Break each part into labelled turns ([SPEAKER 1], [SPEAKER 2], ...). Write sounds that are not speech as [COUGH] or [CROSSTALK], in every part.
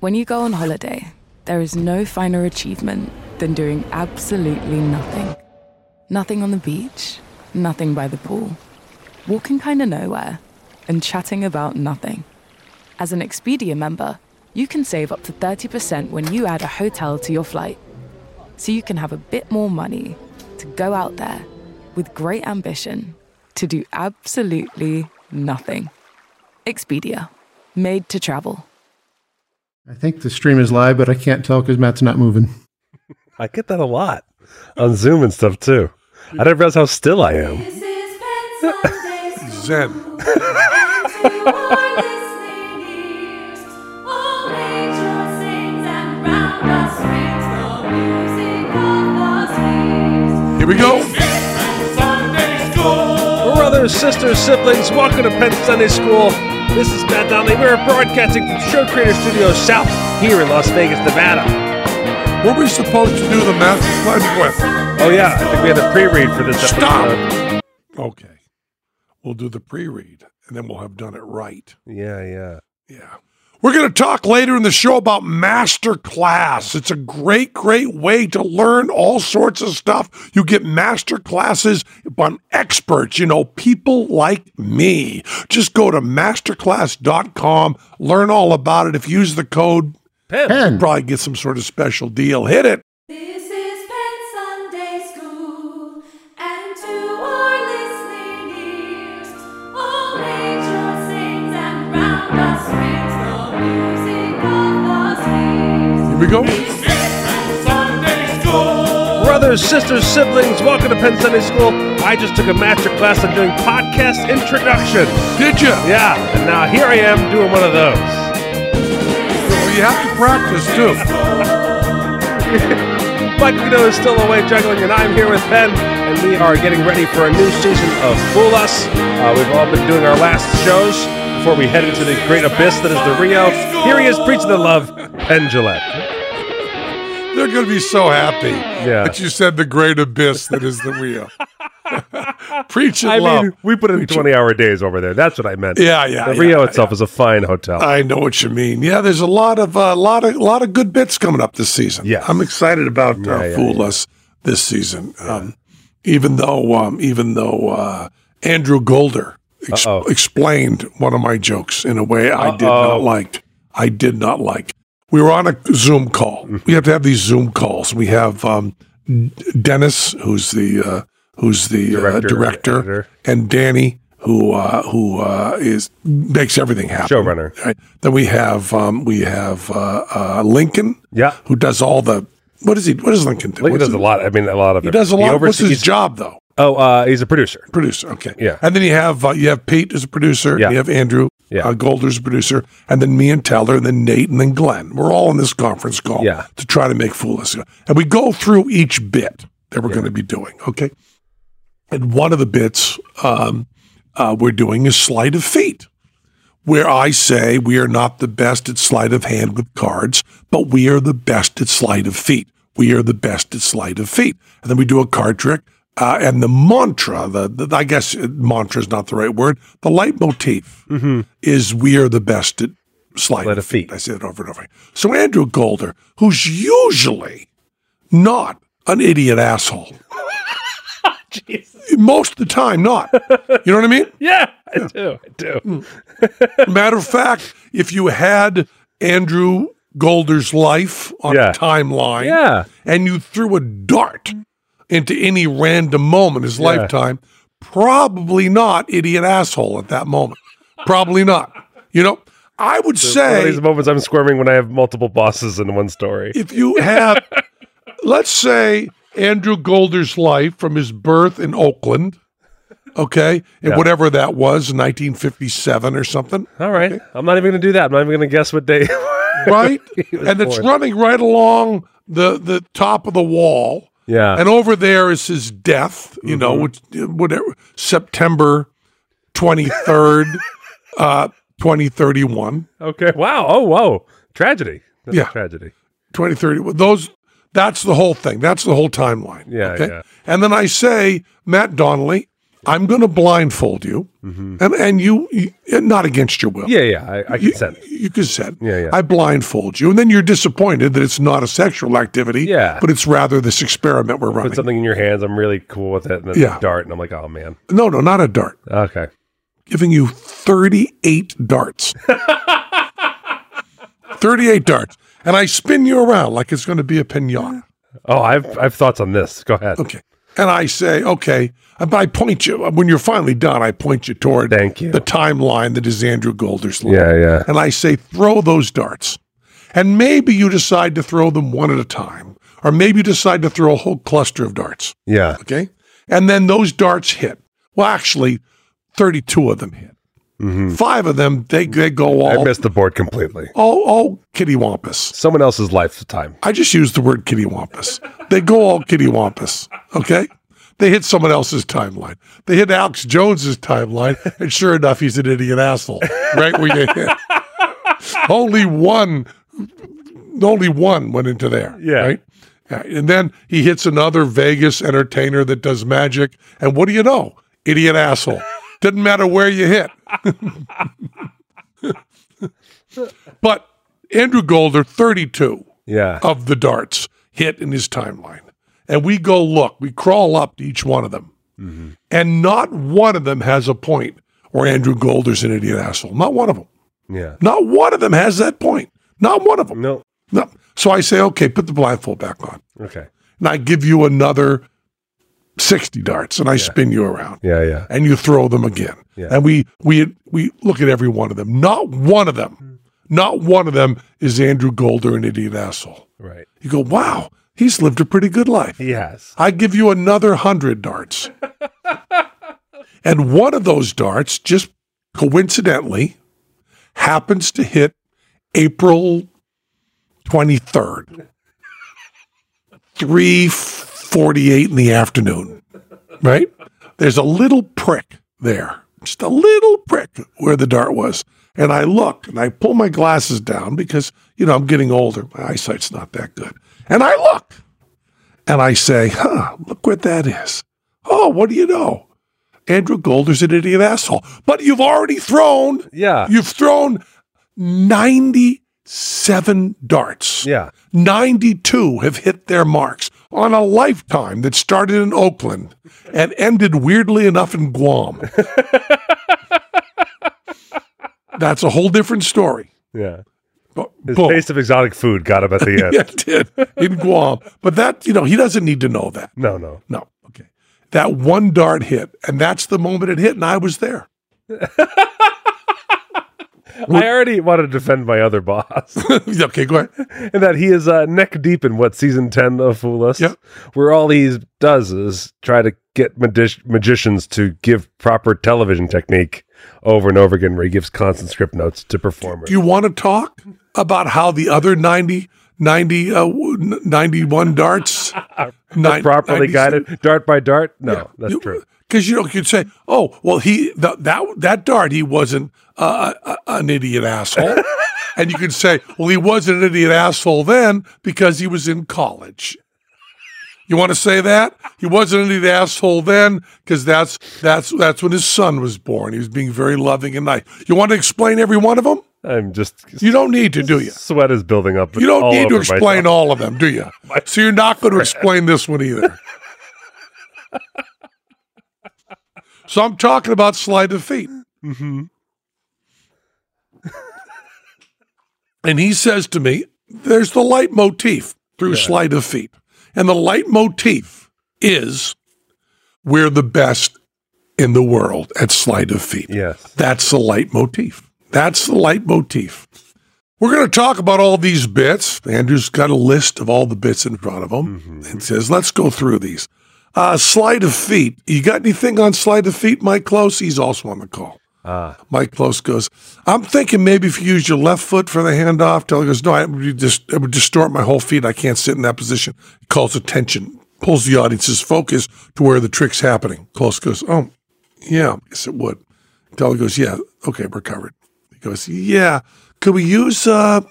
[SPEAKER 1] When you go on holiday, there is no finer achievement than doing absolutely nothing. Nothing on the beach, nothing by the pool, walking kind of nowhere, and chatting about nothing. As an Expedia member, you can save up to 30% when you add a hotel to your flight. So you can have a bit more money to go out there with great ambition to do absolutely nothing. Expedia, made to travel.
[SPEAKER 2] I think the stream is live, but I can't tell because Matt's not moving.
[SPEAKER 3] I get that a lot on Zoom and stuff too. I didn't realize how still I am.
[SPEAKER 4] [LAUGHS] Zen. Here we go.
[SPEAKER 3] Brothers, sisters, siblings, welcome to Penn Sunday School. This is Matt Donnelly. We're broadcasting from Show Creator Studios South here in Las Vegas, Nevada.
[SPEAKER 4] Were we supposed to do the master plan with?
[SPEAKER 3] Oh yeah, I think we had a pre-read for this
[SPEAKER 4] Stop!
[SPEAKER 3] episode.
[SPEAKER 4] Okay. We'll do the pre read and then we'll have done it right.
[SPEAKER 3] Yeah, yeah.
[SPEAKER 4] Yeah. We're going to talk later in the show about master class. It's a great, great way to learn all sorts of stuff. You get master classes on experts, you know, people like me. Just go to masterclass.com, learn all about it. If you use the code,
[SPEAKER 3] Pim.
[SPEAKER 4] you
[SPEAKER 2] Pen.
[SPEAKER 4] probably get some sort of special deal. Hit it.
[SPEAKER 5] This is Penn Sunday School, and to our listening ears, all nature sings and round us rings the music of the spheres.
[SPEAKER 4] Here we go.
[SPEAKER 3] Brothers, sisters, siblings, welcome to Penn Sunday School. I just took a master class on doing podcast introduction.
[SPEAKER 4] Did you?
[SPEAKER 3] Yeah, and now here I am doing one of those.
[SPEAKER 4] Well, you have to practice too.
[SPEAKER 3] Mike Guido is still away juggling, and I'm here with Ben, and we are getting ready for a new season of Fool Us. Uh, we've all been doing our last shows before we head into the great abyss that is the Rio. Here he is preaching the love, Ben Gillette.
[SPEAKER 4] They're going to be so happy
[SPEAKER 3] Yeah.
[SPEAKER 4] that you said the great abyss that is the wheel. [LAUGHS] Preach and
[SPEAKER 3] I
[SPEAKER 4] love.
[SPEAKER 3] mean, we put in 20 hour days over there. That's what I meant.
[SPEAKER 4] Yeah, yeah,
[SPEAKER 3] The
[SPEAKER 4] yeah, Uh,
[SPEAKER 3] Rio itself is a fine hotel.
[SPEAKER 4] I know what you mean. Yeah, there's a lot of a lot of lot of good bits coming up this season.
[SPEAKER 3] Yes.
[SPEAKER 4] I'm excited about uh,
[SPEAKER 3] Yeah, yeah,
[SPEAKER 4] Fool Us this season. Um, even though um, even though uh, Andrew Golder ex-
[SPEAKER 3] Uh-oh.
[SPEAKER 4] explained one of my jokes in a way I did not
[SPEAKER 3] Uh-oh.
[SPEAKER 4] like. I did not like. We were on a Zoom call.
[SPEAKER 3] Mm-hmm.
[SPEAKER 4] We have to have these Zoom calls. We have um, Dennis, who's the uh, who's the
[SPEAKER 3] Director,
[SPEAKER 4] uh, director
[SPEAKER 3] editor.
[SPEAKER 4] and Danny, who uh, who uh, is makes everything happen.
[SPEAKER 3] Showrunner.
[SPEAKER 4] Right. Then we have um, we have uh, uh, Lincoln,
[SPEAKER 3] Yeah.
[SPEAKER 4] who does all the what is he? What does Lincoln do?
[SPEAKER 3] Lincoln
[SPEAKER 4] What's
[SPEAKER 3] does a
[SPEAKER 4] he-
[SPEAKER 3] lot. I mean, a lot of
[SPEAKER 4] He
[SPEAKER 3] it.
[SPEAKER 4] does a lot. What's
[SPEAKER 3] oversees-
[SPEAKER 4] his job though?
[SPEAKER 3] Oh, uh, he's a producer.
[SPEAKER 4] Producer. Okay.
[SPEAKER 3] Yeah.
[SPEAKER 4] And then you have uh, you have Pete as a producer.
[SPEAKER 3] Yeah.
[SPEAKER 4] You have Andrew.
[SPEAKER 3] Yeah.
[SPEAKER 4] Uh, Golder's a producer, and then me and Teller, and then Nate, and then Glenn. We're all in this conference call
[SPEAKER 3] Yeah.
[SPEAKER 4] to try to make fool us. And we go through each bit that we're going to be doing. Okay. And one of the bits um, uh, we're doing is sleight of feet, where I say we are not the best at sleight of hand with cards, but we are the best at sleight of feet. We are the best at sleight of feet. And then we do a card trick. Uh, and the mantra, the, the I guess uh, mantra is not the right word. The leitmotif is we are the best at sleight,
[SPEAKER 3] Mm-hmm. Sleight of feet.
[SPEAKER 4] I say it over and over. again. So Andrew Golder, who's usually not an
[SPEAKER 3] [LAUGHS]
[SPEAKER 4] idiot asshole, most of the time not. You know what I mean?
[SPEAKER 3] Yeah, [LAUGHS] I do. I do.
[SPEAKER 4] Matter of fact, if you had Andrew Golder's life on
[SPEAKER 3] Yeah.
[SPEAKER 4] a timeline
[SPEAKER 3] Yeah.
[SPEAKER 4] and you threw a dart into any random moment in his lifetime, probably not idiot asshole at that moment. Probably not. You know, I would
[SPEAKER 3] One of
[SPEAKER 4] say
[SPEAKER 3] these moments I'm squirming when I have multiple bosses in one story.
[SPEAKER 4] if
[SPEAKER 3] [LAUGHS]
[SPEAKER 4] you have, let's say, Andrew Golder's life from his birth in Oakland, okay, and
[SPEAKER 3] Yeah.
[SPEAKER 4] whatever that was, 1957 or something,
[SPEAKER 3] All right. I'm not even going to do that. I'm not even going to guess what day.
[SPEAKER 4] [LAUGHS] right?
[SPEAKER 3] He was
[SPEAKER 4] and it's
[SPEAKER 3] born.
[SPEAKER 4] running right along the, the top of the wall.
[SPEAKER 3] [LAUGHS] yeah.
[SPEAKER 4] And over there is his death, you know, which,
[SPEAKER 3] Mm-hmm.
[SPEAKER 4] whatever, September 23rd, [LAUGHS] uh, 2031.
[SPEAKER 3] okay. Wow. Oh, whoa. Tragedy. That's
[SPEAKER 4] Yeah.
[SPEAKER 3] a tragedy.
[SPEAKER 4] 2030 those that's the whole thing that's the whole timeline
[SPEAKER 3] Yeah, yeah.
[SPEAKER 4] and then i say matt donnelly I'm going to blindfold you,
[SPEAKER 3] Mm-hmm.
[SPEAKER 4] and and you, you and not against your will.
[SPEAKER 3] Yeah, yeah, I, I
[SPEAKER 4] You-
[SPEAKER 3] consent.
[SPEAKER 4] You consent.
[SPEAKER 3] Yeah, yeah.
[SPEAKER 4] I blindfold you, and then you're disappointed that it's not a sexual activity.
[SPEAKER 3] Yeah.
[SPEAKER 4] But it's rather this experiment we're running.
[SPEAKER 3] Put something in your hands. I'm really cool with it. And then
[SPEAKER 4] Yeah.
[SPEAKER 3] dart, and I'm like, oh man.
[SPEAKER 4] no, no, not a dart.
[SPEAKER 3] Okay.
[SPEAKER 4] Giving you
[SPEAKER 3] [LAUGHS]
[SPEAKER 4] 38 darts. 38 darts, and I spin you around like it's going to be a pinata.
[SPEAKER 3] Oh, I've I've thoughts on this. Go ahead.
[SPEAKER 4] Okay. And I say, okay, but I point you, when you're finally done, I point you toward
[SPEAKER 3] Thank you.
[SPEAKER 4] the timeline that is Andrew Golder's line.
[SPEAKER 3] Yeah, yeah.
[SPEAKER 4] And I say, throw those darts. And maybe you decide to throw them one at a time, or maybe you decide to throw a whole cluster of darts.
[SPEAKER 3] Yeah.
[SPEAKER 4] Okay. And then those darts hit. Well, actually, 32 of them hit. Five of them, they, they go
[SPEAKER 3] Mm-hmm. I
[SPEAKER 4] all,
[SPEAKER 3] missed the board completely.
[SPEAKER 4] all, all kitty wampus.
[SPEAKER 3] Someone else's lifetime.
[SPEAKER 4] I just used the word kitty wampus. They go all kitty wampus. Okay. They hit someone else's timeline. They hit Alex Jones's timeline, and sure enough, he's an idiot asshole. Right where you hit. [LAUGHS] only one, only one went into there.
[SPEAKER 3] Yeah.
[SPEAKER 4] Right. Yeah. And then he hits another Vegas entertainer that does magic. And what do you know? Idiot asshole. Doesn't matter where you hit. [LAUGHS] but Andrew Golder, 32
[SPEAKER 3] Yeah.
[SPEAKER 4] of the darts hit in his timeline. And we go look, we crawl up to each one of them.
[SPEAKER 3] Mm-hmm.
[SPEAKER 4] And not one of them has a point, or Andrew Golder's an idiot asshole. Not one of them.
[SPEAKER 3] Yeah.
[SPEAKER 4] Not one of them has that point. Not one of them.
[SPEAKER 3] No.
[SPEAKER 4] No. So I say, okay, put the blindfold back on.
[SPEAKER 3] Okay.
[SPEAKER 4] And I give you another 60 darts and I spin you around
[SPEAKER 3] Yeah. Yeah.
[SPEAKER 4] and you throw them again.
[SPEAKER 3] Yeah.
[SPEAKER 4] And we we we look at every one of them. Not one of
[SPEAKER 3] Mm.
[SPEAKER 4] them. Not one of them is Andrew Golder an idiot asshole.
[SPEAKER 3] Right.
[SPEAKER 4] You go, wow, he's lived a pretty good life.
[SPEAKER 3] Yes.
[SPEAKER 4] I give you another hundred darts. and one of those darts just coincidentally happens to hit April 23rd, 348 in the afternoon, right? There's a little prick there, just a little prick where the dart was. And I look and I pull my glasses down because, you know, I'm getting older. My eyesight's not that good. And I look and I say, huh, look what that is. Oh, what do you know? Andrew Golder's an idiot asshole. But you've already thrown.
[SPEAKER 3] Yeah.
[SPEAKER 4] You've thrown 97 darts.
[SPEAKER 3] Yeah.
[SPEAKER 4] 92 have hit their marks on a lifetime that started in Oakland and ended weirdly enough
[SPEAKER 3] [LAUGHS]
[SPEAKER 4] in Guam. That's a whole different story.
[SPEAKER 3] Yeah.
[SPEAKER 4] But
[SPEAKER 3] His
[SPEAKER 4] boom.
[SPEAKER 3] taste of exotic food got him at the end.
[SPEAKER 4] [LAUGHS] yeah, it did in Guam. But that, you know, he doesn't need to know that.
[SPEAKER 3] No. No.
[SPEAKER 4] No. Okay. That one dart hit, and that's the moment it hit, and I was there. [LAUGHS]
[SPEAKER 3] I already want to defend my other boss.
[SPEAKER 4] okay, go ahead.
[SPEAKER 3] and that he is uh, neck deep in what season 10 of Fool Us,
[SPEAKER 4] Yeah.
[SPEAKER 3] where all he does is try to get magi- magicians to give proper television technique over and over again, where he gives constant script notes to performers.
[SPEAKER 4] Do you want to talk about how the other 90, 90, uh, w- n- 91
[SPEAKER 3] [LAUGHS]
[SPEAKER 4] darts
[SPEAKER 3] Not [LAUGHS] properly guided, dart by dart? No, that's
[SPEAKER 4] [LAUGHS]
[SPEAKER 3] true.
[SPEAKER 4] Because you know, you'd say, "Oh, well, he th- that that dart, he wasn't uh, a- a- an idiot asshole," and you could say, "Well, he wasn't an idiot asshole then because he was in college." You want to say that he wasn't an idiot asshole then because that's that's that's when his son was born. He was being very loving and nice. You want to explain every one of them?
[SPEAKER 3] I'm just
[SPEAKER 4] You don't need to, do you?
[SPEAKER 3] sweat is building up.
[SPEAKER 4] You don't
[SPEAKER 3] all
[SPEAKER 4] need to
[SPEAKER 3] over my
[SPEAKER 4] explain all of them, do you? So you're not going to explain this one either. so I'm talking about sleight of feet. [LAUGHS] and he says to me, there's the light motif through sleight of feet. And the light motif is we're the best in the world at sleight of feet.
[SPEAKER 3] Yes.
[SPEAKER 4] That's the leitmotif. That's the leitmotif. We're going to talk about all these bits. Andrew's got a list of all the bits in front of him and says, let's go through these. Uh, slide of feet. You got anything on slide of feet, Mike Close? He's also on the call. Mike Close goes, I'm thinking maybe if you use your left foot for the handoff, Taylor goes, no, I, it, would just, it would distort my whole feet. I can't sit in that position. It calls attention, pulls the audience's focus to where the trick's happening. Close goes, oh, yeah, yes, it would. Taylor goes, yeah, okay, we're covered. He goes, yeah, could we use, uh,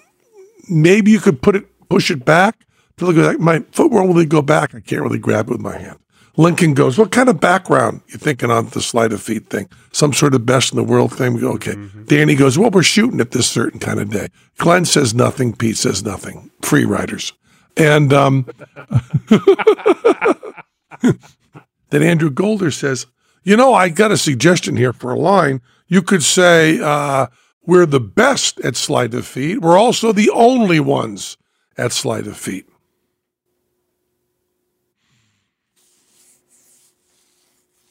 [SPEAKER 4] maybe you could put it, push it back? Taylor goes, my foot won't really go back. I can't really grab it with my hand. Lincoln goes, What kind of background you thinking on the sleight of feet thing? Some sort of best in the world thing? We go, Okay. Danny goes, Well, we're shooting at this certain kind of day. Glenn says nothing. Pete says nothing. Free riders. And um, then Andrew Golder says, You know, I got a suggestion here for a line. You could say, uh, We're the best at sleight of feet. We're also the only ones at sleight of feet.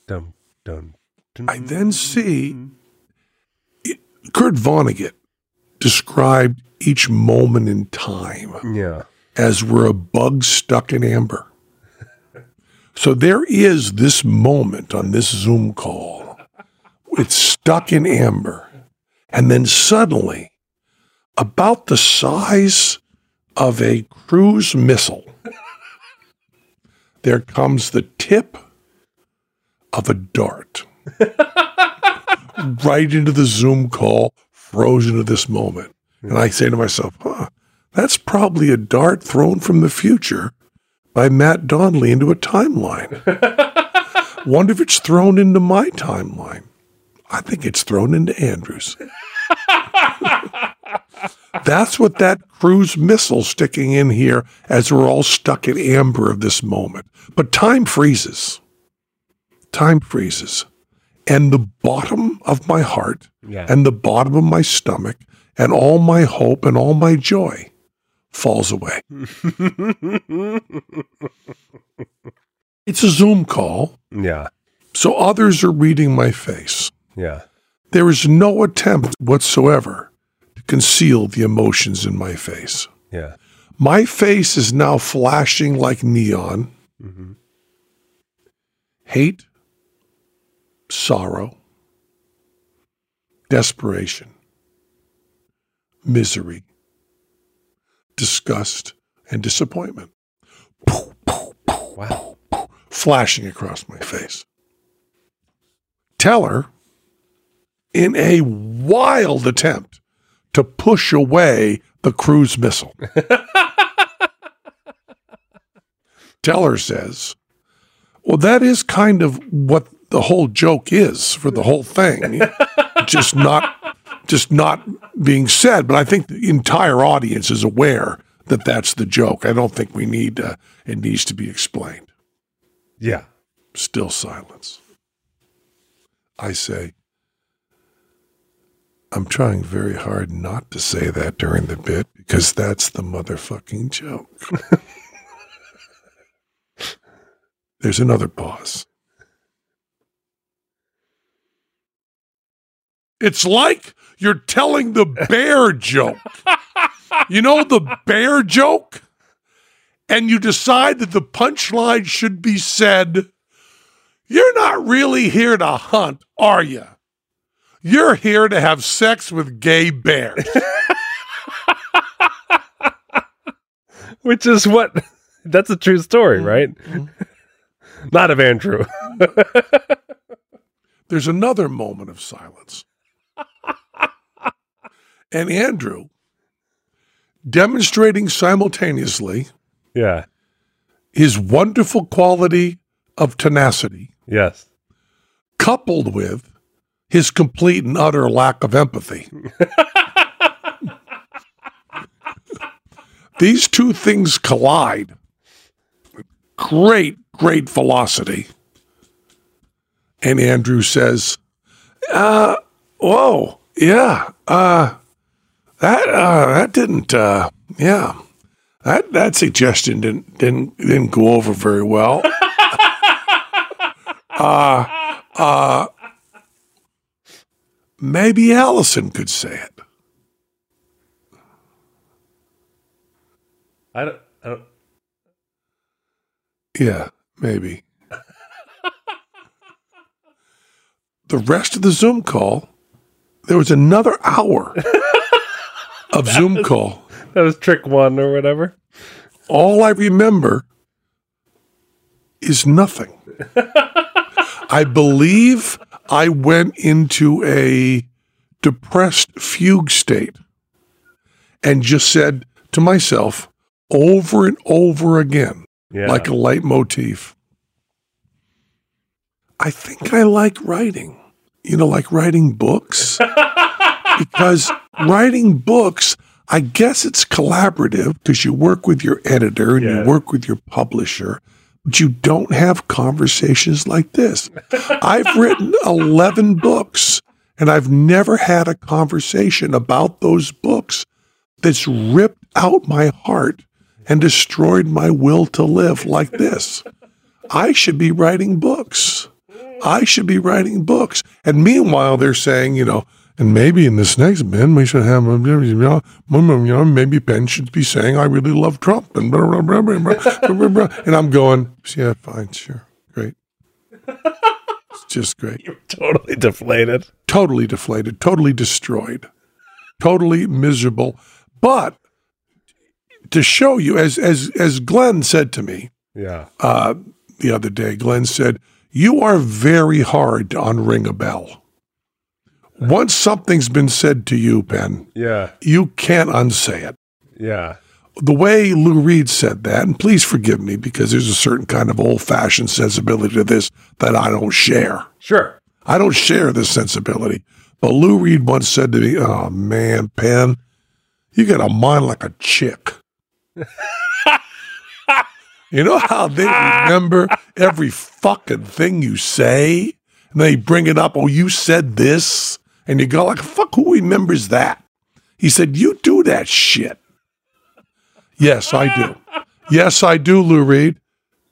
[SPEAKER 3] Dum, dum, dum.
[SPEAKER 4] I then see it- Kurt Vonnegut described each moment in time
[SPEAKER 3] yeah.
[SPEAKER 4] as we're a bug stuck in amber. So there is this moment on this Zoom call. It's stuck in amber. And then suddenly, about the size of a cruise missile, there comes the tip of a dart right into the Zoom call, frozen to this moment. And I say to myself, huh, that's probably a dart thrown from the future by Matt Donnelly into a timeline. Wonder if it's thrown into my timeline. I think it's thrown into Andrews. That's what that cruise missile sticking in here as we're all stuck in amber of this moment. But time freezes. Time freezes. And the bottom of my heart
[SPEAKER 3] Yeah.
[SPEAKER 4] and the bottom of my stomach and all my hope and all my joy falls away. It's a Zoom call,
[SPEAKER 3] [LAUGHS] yeah.
[SPEAKER 4] so others are reading my face.
[SPEAKER 3] Yeah.
[SPEAKER 4] There is no attempt whatsoever to conceal the emotions in my face.
[SPEAKER 3] Yeah.
[SPEAKER 4] My face is now flashing like neon hate, sorrow, desperation, misery, disgust, and disappointment
[SPEAKER 3] Wow.
[SPEAKER 4] flashing across my face. Teller, in a wild attempt to push away the cruise missile, Teller says, Well, that is kind of what the whole joke is for the whole thing. [LAUGHS] just not just not being said, but I think the entire audience is aware that that's the joke. I don't think we need uh, it needs to be explained.
[SPEAKER 3] Yeah.
[SPEAKER 4] Still silence. I say, I'm trying very hard not to say that during the bit because that's the motherfucking joke. [LAUGHS] There's another pause. It's like you're telling the bear joke. You know the bear joke? And you decide that the punchline should be said. You're not really here to hunt, are you? You're here to have sex with gay bears. [LAUGHS]
[SPEAKER 3] Which is what [LAUGHS] that's a true
[SPEAKER 4] Mm-hmm.
[SPEAKER 3] story, right? [LAUGHS] Not of Andrew.
[SPEAKER 4] There's another moment of silence. [LAUGHS] And Andrew, demonstrating simultaneously
[SPEAKER 3] yeah.
[SPEAKER 4] his wonderful quality of tenacity,
[SPEAKER 3] Yes.
[SPEAKER 4] coupled with his complete and utter lack of empathy. These two things collide. Great, great velocity. And Andrew says, uh, whoa, yeah, uh, that, uh, that didn't, uh, yeah, that, that suggestion didn't, didn't, didn't go over very well. Uh, Maybe Allison could say it.
[SPEAKER 3] I don't, I don't
[SPEAKER 4] Yeah, maybe. the rest of the Zoom call, there was another hour of Zoom call.
[SPEAKER 3] that was trick one or whatever.
[SPEAKER 4] All I remember is nothing. I believe I went into a depressed fugue state and just said to myself over and over again,
[SPEAKER 3] Yeah.
[SPEAKER 4] like a leitmotif. I think I like writing, you know, like
[SPEAKER 3] [LAUGHS]
[SPEAKER 4] writing books. because writing books, I guess it's collaborative because you work with your editor and
[SPEAKER 3] Yeah.
[SPEAKER 4] you work with your publisher, but you don't have conversations like this. I've written 11 books and I've never had a conversation about those books that's ripped out my heart and destroyed my will to live like this. I should be writing books. I should be writing books. And meanwhile, they're saying, you know, and maybe in this next bin, we should have, you know, maybe Ben should be saying, I really love Trump. And, blah, blah, blah, blah, blah, blah, blah. and I'm going, yeah, fine, sure. Great. It's just great.
[SPEAKER 3] [LAUGHS] Totally deflated.
[SPEAKER 4] Totally deflated, totally destroyed, totally miserable. But to show you, as, as, as Glenn said to me,
[SPEAKER 3] Yeah.
[SPEAKER 4] uh, the other day. Glenn said, You are very hard to unring a bell. Once something's been said to you, Ben,
[SPEAKER 3] Yeah.
[SPEAKER 4] you can't unsay it.
[SPEAKER 3] Yeah.
[SPEAKER 4] The way Lou Reed said that, and please forgive me because there's a certain kind of old fashioned sensibility to this that I don't share.
[SPEAKER 3] Sure.
[SPEAKER 4] I don't share this sensibility. But Lou Reed once said to me, Oh man, Penn, you got a mind like a chick. [LAUGHS] you know how they remember every fucking thing you say? And they bring it up, oh, you said this. And you go like, fuck, who remembers that? He said, You do that shit. Yes, I do. Yes, I do, Lou Reed.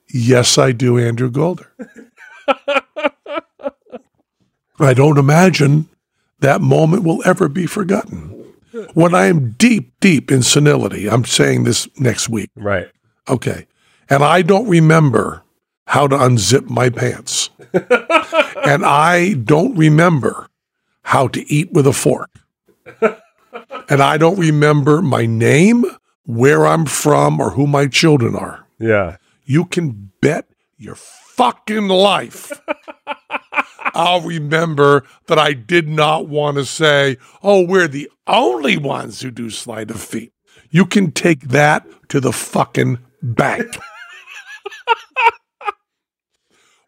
[SPEAKER 4] Yes, I do, Andrew Golder. I don't imagine that moment will ever be forgotten. When I am deep, deep in senility, I'm saying this next week,
[SPEAKER 3] Right.
[SPEAKER 4] okay, and I don't remember how to unzip my pants, and I don't remember how to eat with a fork, and I don't remember my name, where I'm from, or who my children are
[SPEAKER 3] Yeah.
[SPEAKER 4] you can bet your
[SPEAKER 3] [LAUGHS]
[SPEAKER 4] fucking life. I'll remember that I did not want to say, oh, we're the only ones who do sleight of feet. You can take that to the fucking
[SPEAKER 3] [LAUGHS]
[SPEAKER 4] bank.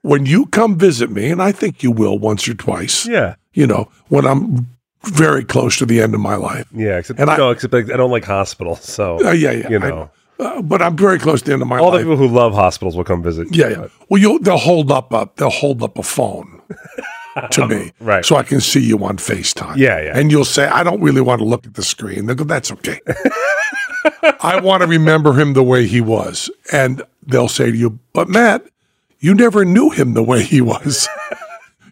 [SPEAKER 4] when you come visit me, and I think you will once or twice,
[SPEAKER 3] Yeah.
[SPEAKER 4] you know, when I'm very close to the end of my life.
[SPEAKER 3] Yeah. Except
[SPEAKER 4] And I-
[SPEAKER 3] no. except like, I don't like hospitals. So
[SPEAKER 4] Uh, yeah, yeah.
[SPEAKER 3] You
[SPEAKER 4] I-
[SPEAKER 3] know.
[SPEAKER 4] uh, but I'm very close to the end of my
[SPEAKER 3] all the
[SPEAKER 4] life.
[SPEAKER 3] people who love hospitals will come visit.
[SPEAKER 4] Yeah, yeah. Well, you'll they'll hold up a they'll hold up
[SPEAKER 3] [LAUGHS]
[SPEAKER 4] a phone to me,
[SPEAKER 3] Right.
[SPEAKER 4] So I can see you on Facetime.
[SPEAKER 3] Yeah, yeah.
[SPEAKER 4] And you'll say, I don't really want to look at the screen. They will go, that's
[SPEAKER 3] [LAUGHS]
[SPEAKER 4] okay. I want to remember him the way he was, and they'll say to you, but Matt, you never knew him the way
[SPEAKER 3] [LAUGHS]
[SPEAKER 4] he was.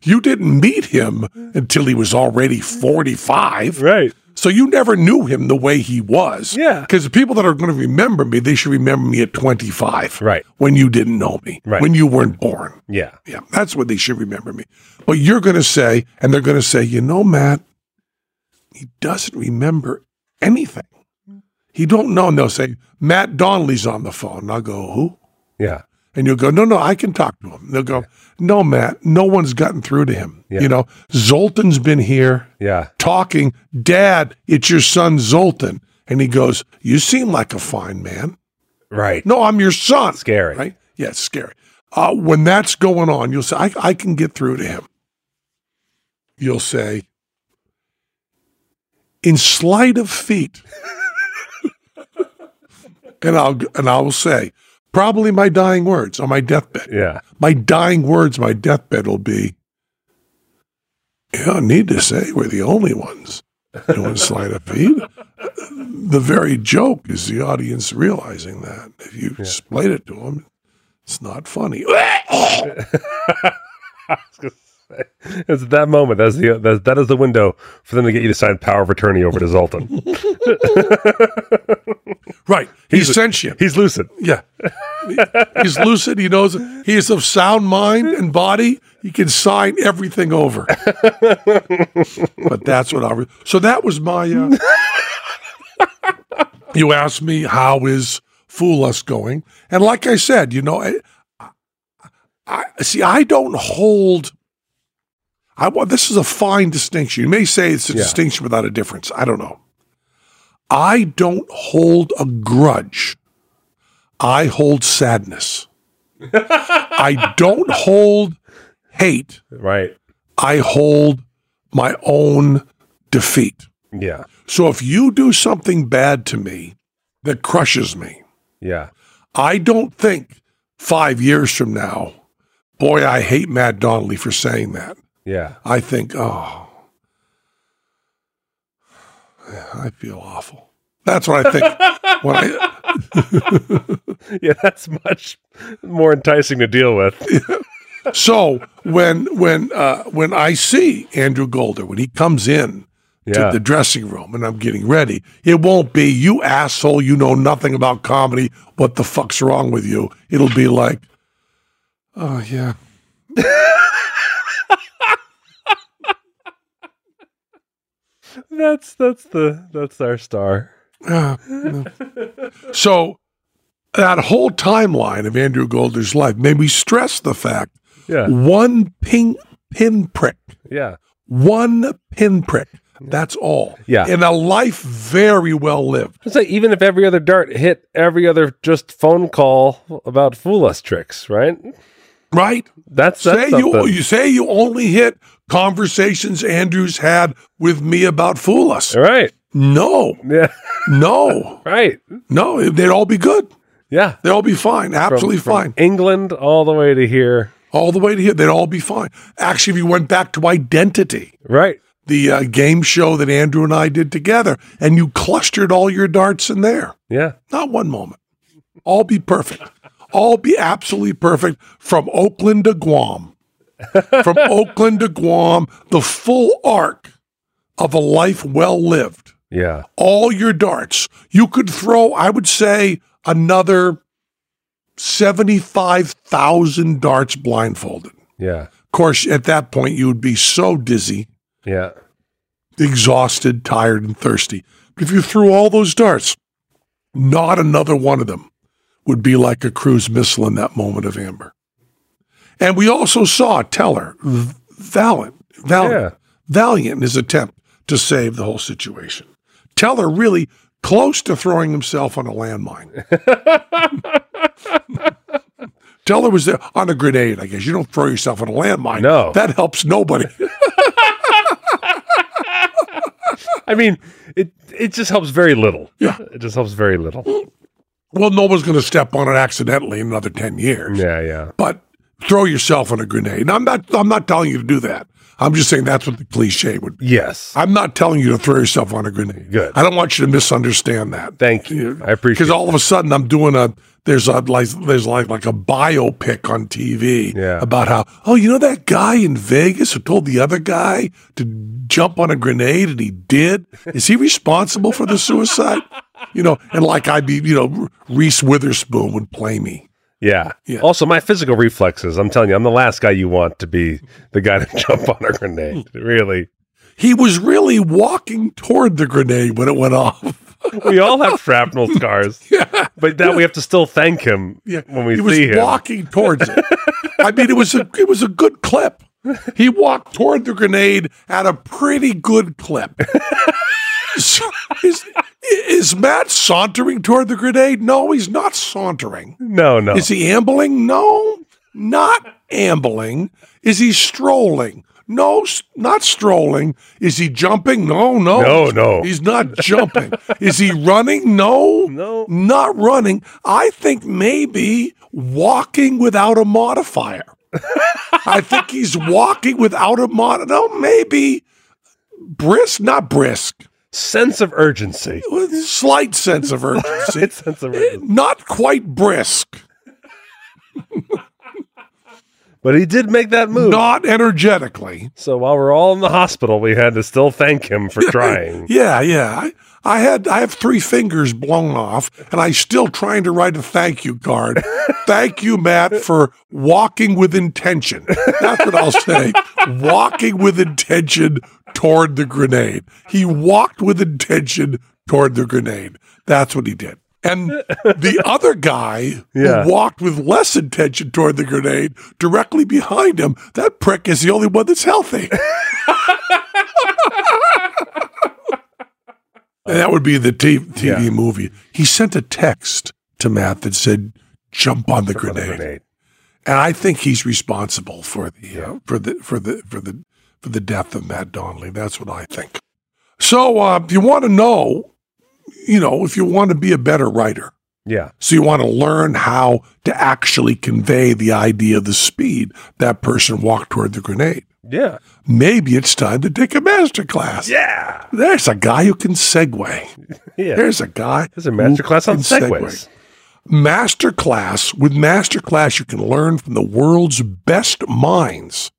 [SPEAKER 4] you didn't meet him until he was already forty five.
[SPEAKER 3] Right.
[SPEAKER 4] So you never knew him the way he was.
[SPEAKER 3] Yeah.
[SPEAKER 4] Because the people that are going to remember me, they should remember me at 25.
[SPEAKER 3] Right.
[SPEAKER 4] When you didn't know me.
[SPEAKER 3] Right.
[SPEAKER 4] When you weren't born.
[SPEAKER 3] Yeah.
[SPEAKER 4] Yeah. That's what they should remember me. But you're going to say, and they're going to say, you know, Matt, he doesn't remember anything. He don't know. And they'll say, Matt Donnelly's on the phone. And I'll go, who?
[SPEAKER 3] Yeah.
[SPEAKER 4] And you'll go, no, no, I can talk to him. And they'll go, no, Matt, no one's gotten through to him.
[SPEAKER 3] Yeah.
[SPEAKER 4] You know, Zoltan's been here
[SPEAKER 3] Yeah.
[SPEAKER 4] talking, Dad, it's your son Zoltan. And he goes, You seem like a fine man.
[SPEAKER 3] Right.
[SPEAKER 4] No, I'm your son.
[SPEAKER 3] Scary.
[SPEAKER 4] Right? Yeah, it's scary. Uh, when that's going on, you'll say, I, I can get through to him. You'll say, In sleight of feet. [LAUGHS] and I'll and I will say, probably my dying words on my deathbed
[SPEAKER 3] Yeah.
[SPEAKER 4] my dying words, my deathbed will be, yeah, I need to say we're the only ones doing sleight of feet. The very joke is the audience realizing that. If you explain it to them, it's not funny. [LAUGHS]
[SPEAKER 3] It's at that moment. That's the that, that is the window for them to get you to sign power of attorney over to Zoltan.
[SPEAKER 4] right. He's sentient.
[SPEAKER 3] He's lucid.
[SPEAKER 4] Yeah. He's lucid. He knows he is of sound mind and body. He can sign everything over. but that's what I. Re- so that was my. Uh, you asked me how is Fool Us going, and like I said, you know, I, I see. I don't hold. I want this is a fine distinction. You may say it's a
[SPEAKER 3] Yeah.
[SPEAKER 4] distinction without a difference. I don't know. I don't hold a grudge. I hold sadness. I don't hold hate,
[SPEAKER 3] Right.
[SPEAKER 4] I hold my own defeat.
[SPEAKER 3] Yeah.
[SPEAKER 4] So if you do something bad to me that crushes me,
[SPEAKER 3] Yeah.
[SPEAKER 4] I don't think five years from now, boy, I hate Matt Donnelly for saying that.
[SPEAKER 3] Yeah.
[SPEAKER 4] I think, oh, I feel awful. That's what I think. when I,
[SPEAKER 3] [LAUGHS] Yeah. That's much more enticing to deal with.
[SPEAKER 4] so when when uh, when I see Andrew Golder when he comes in
[SPEAKER 3] Yeah.
[SPEAKER 4] to the dressing room and I'm getting ready, it won't be you asshole. You know nothing about comedy. What the fuck's wrong with you? It'll be like, oh yeah,
[SPEAKER 3] That's that's the that's our star.
[SPEAKER 4] So that whole timeline of Andrew Golder's life made me stress the fact
[SPEAKER 3] Yeah.
[SPEAKER 4] Mm. one pin pinprick,
[SPEAKER 3] Yeah.
[SPEAKER 4] one pinprick. That's all.
[SPEAKER 3] Yeah.
[SPEAKER 4] And a life very well lived.
[SPEAKER 3] It's like even if every other dart hit every other just phone call about fool us tricks, right?
[SPEAKER 4] Right?
[SPEAKER 3] That's that's
[SPEAKER 4] say you,
[SPEAKER 3] something.
[SPEAKER 4] you say you only hit conversations Andrews had with me about Fool Us.
[SPEAKER 3] All right.
[SPEAKER 4] No,
[SPEAKER 3] Yeah. [LAUGHS]
[SPEAKER 4] no,
[SPEAKER 3] Right.
[SPEAKER 4] no. They'd all be good.
[SPEAKER 3] Yeah.
[SPEAKER 4] They'd all be fine. Absolutely fine.
[SPEAKER 3] England all the way to here.
[SPEAKER 4] All the way to here, they'd all be fine. Actually, if you went back to identity,
[SPEAKER 3] Right.
[SPEAKER 4] the uh, game show that Andrew and I did together, and you clustered all your darts in there.
[SPEAKER 3] Yeah.
[SPEAKER 4] Not one moment. All be perfect. All be absolutely perfect from Oakland to Guam. From Oakland to Guam, the full arc of a life well lived.
[SPEAKER 3] Yeah.
[SPEAKER 4] All your darts. You could throw, I would say, another 75,000 darts blindfolded. Of
[SPEAKER 3] Yeah.
[SPEAKER 4] course, at that point, you would be so dizzy
[SPEAKER 3] Yeah.
[SPEAKER 4] exhausted, tired, and thirsty. But if you threw all those darts, not another one of them would be like a cruise missile in that moment of amber. And we also saw Teller v- valiant, valiant, valiant in his attempt to save the whole situation. Teller really close to throwing himself on a landmine. Teller was there on a grenade, I guess. You don't throw yourself on a landmine.
[SPEAKER 3] No.
[SPEAKER 4] That helps nobody.
[SPEAKER 3] I mean, it it just helps very little.
[SPEAKER 4] Yeah.
[SPEAKER 3] It just helps very little.
[SPEAKER 4] Well, no one's going to step on it accidentally in another ten years.
[SPEAKER 3] Yeah, yeah.
[SPEAKER 4] But throw yourself on a grenade. And I'm not. I'm not telling you to do that. I'm just saying that's what the cliche would. be.
[SPEAKER 3] Yes.
[SPEAKER 4] I'm not telling you to throw yourself on a grenade.
[SPEAKER 3] Good.
[SPEAKER 4] I don't want you to misunderstand that.
[SPEAKER 3] Thank you. I appreciate
[SPEAKER 4] Because all of a sudden I'm doing a there's a like there's like like a biopic on TV
[SPEAKER 3] Yeah.
[SPEAKER 4] about how oh you know that guy in Vegas who told the other guy to jump on a grenade and he did is he responsible for the suicide you know and like I'd be you know Reese Witherspoon would play me
[SPEAKER 3] Yeah.
[SPEAKER 4] Yeah.
[SPEAKER 3] Also, my physical reflexes. I'm telling you, I'm the last guy you want to be the guy to [LAUGHS] jump on a grenade. Really.
[SPEAKER 4] he was really walking toward the grenade when it went off
[SPEAKER 3] We all
[SPEAKER 4] [LAUGHS]
[SPEAKER 3] have shrapnel scars. But that we have to still thank him
[SPEAKER 4] Yeah,
[SPEAKER 3] when we
[SPEAKER 4] he was
[SPEAKER 3] see him.
[SPEAKER 4] walking towards
[SPEAKER 3] [LAUGHS]
[SPEAKER 4] it. I mean, it was a it was a good clip. He walked toward the grenade at a pretty good clip.
[SPEAKER 3] [LAUGHS]
[SPEAKER 4] So is is Matt sauntering toward the grenade? No, he's not sauntering.
[SPEAKER 3] no, no.
[SPEAKER 4] Is he ambling? No, not ambling. Is he strolling? No, s- not strolling. Is he jumping? No, no.
[SPEAKER 3] No, no.
[SPEAKER 4] He's not
[SPEAKER 3] [LAUGHS]
[SPEAKER 4] jumping. Is he running? No.
[SPEAKER 3] No.
[SPEAKER 4] Not running. I think maybe walking without a modifier. I think he's walking without a mod. No, maybe brisk, not brisk.
[SPEAKER 3] sense of
[SPEAKER 4] [LAUGHS]
[SPEAKER 3] urgency.
[SPEAKER 4] With a Slight sense of
[SPEAKER 3] [LAUGHS]
[SPEAKER 4] urgency.
[SPEAKER 3] sense of urgency.
[SPEAKER 4] not quite brisk.
[SPEAKER 3] But he did make that move.
[SPEAKER 4] Not energetically.
[SPEAKER 3] So while we're all in the hospital, we had to still thank him for
[SPEAKER 4] [LAUGHS]
[SPEAKER 3] trying.
[SPEAKER 4] Yeah, yeah. I, I had I have three fingers blown off, and I'm still trying to write a thank you card. thank you, Matt, for walking with intention. That's what I'll say. walking with intention toward the grenade. He walked with intention toward the grenade. That's what he did. And the other guy
[SPEAKER 3] Yeah.
[SPEAKER 4] who walked with less intention toward the grenade directly behind him, that prick is the only one that's healthy. And that would be the t- TV
[SPEAKER 3] Yeah.
[SPEAKER 4] movie. He sent a text to Matt that said, "Jump on the grenade."
[SPEAKER 3] Grenade.
[SPEAKER 4] and I think he's responsible for the uh, for the for the for the for the death of Matt Donnelly. That's what I think. So uh, if you want to know, you know, if you want to be a better writer,
[SPEAKER 3] Yeah.
[SPEAKER 4] so you want to learn how to actually convey the idea of the speed that person walked toward the grenade.
[SPEAKER 3] Yeah.
[SPEAKER 4] Maybe it's time to take a master class.
[SPEAKER 3] Yeah.
[SPEAKER 4] There's a guy who can segue.
[SPEAKER 3] Yeah.
[SPEAKER 4] There's a guy.
[SPEAKER 3] There's a masterclass
[SPEAKER 4] who
[SPEAKER 3] on
[SPEAKER 4] can
[SPEAKER 3] segways.
[SPEAKER 4] Masterclass. With Masterclass, you can learn from the world's best minds.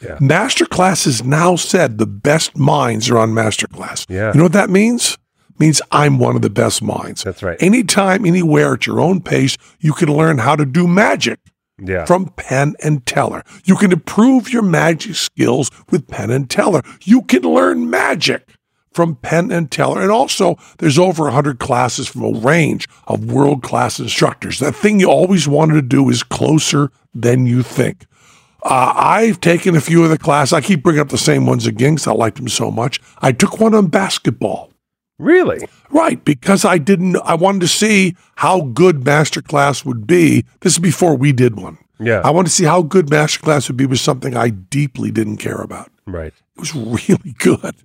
[SPEAKER 3] Yeah.
[SPEAKER 4] Masterclass has now said the best minds are on Masterclass.
[SPEAKER 3] Yeah.
[SPEAKER 4] You know what that means? means I'm one of the best minds.
[SPEAKER 3] That's right.
[SPEAKER 4] Anytime, anywhere, at your own pace, you can learn how to do magic
[SPEAKER 3] Yeah.
[SPEAKER 4] from Penn and Teller. You can improve your magic skills with Penn and Teller. You can learn magic from Penn and Teller. And also, there's over 100 classes from a range of world class instructors. That thing you always wanted to do is closer than you think. Uh, I've taken a few of the classes. I keep bringing up the same ones again because I liked them so much. I took one on basketball.
[SPEAKER 3] really?
[SPEAKER 4] Right, because I didn't. I wanted to see how good masterclass would be. This is before we did one.
[SPEAKER 3] Yeah.
[SPEAKER 4] I wanted to see how good masterclass would be with something I deeply didn't care about.
[SPEAKER 3] Right.
[SPEAKER 4] It was really [LAUGHS] good.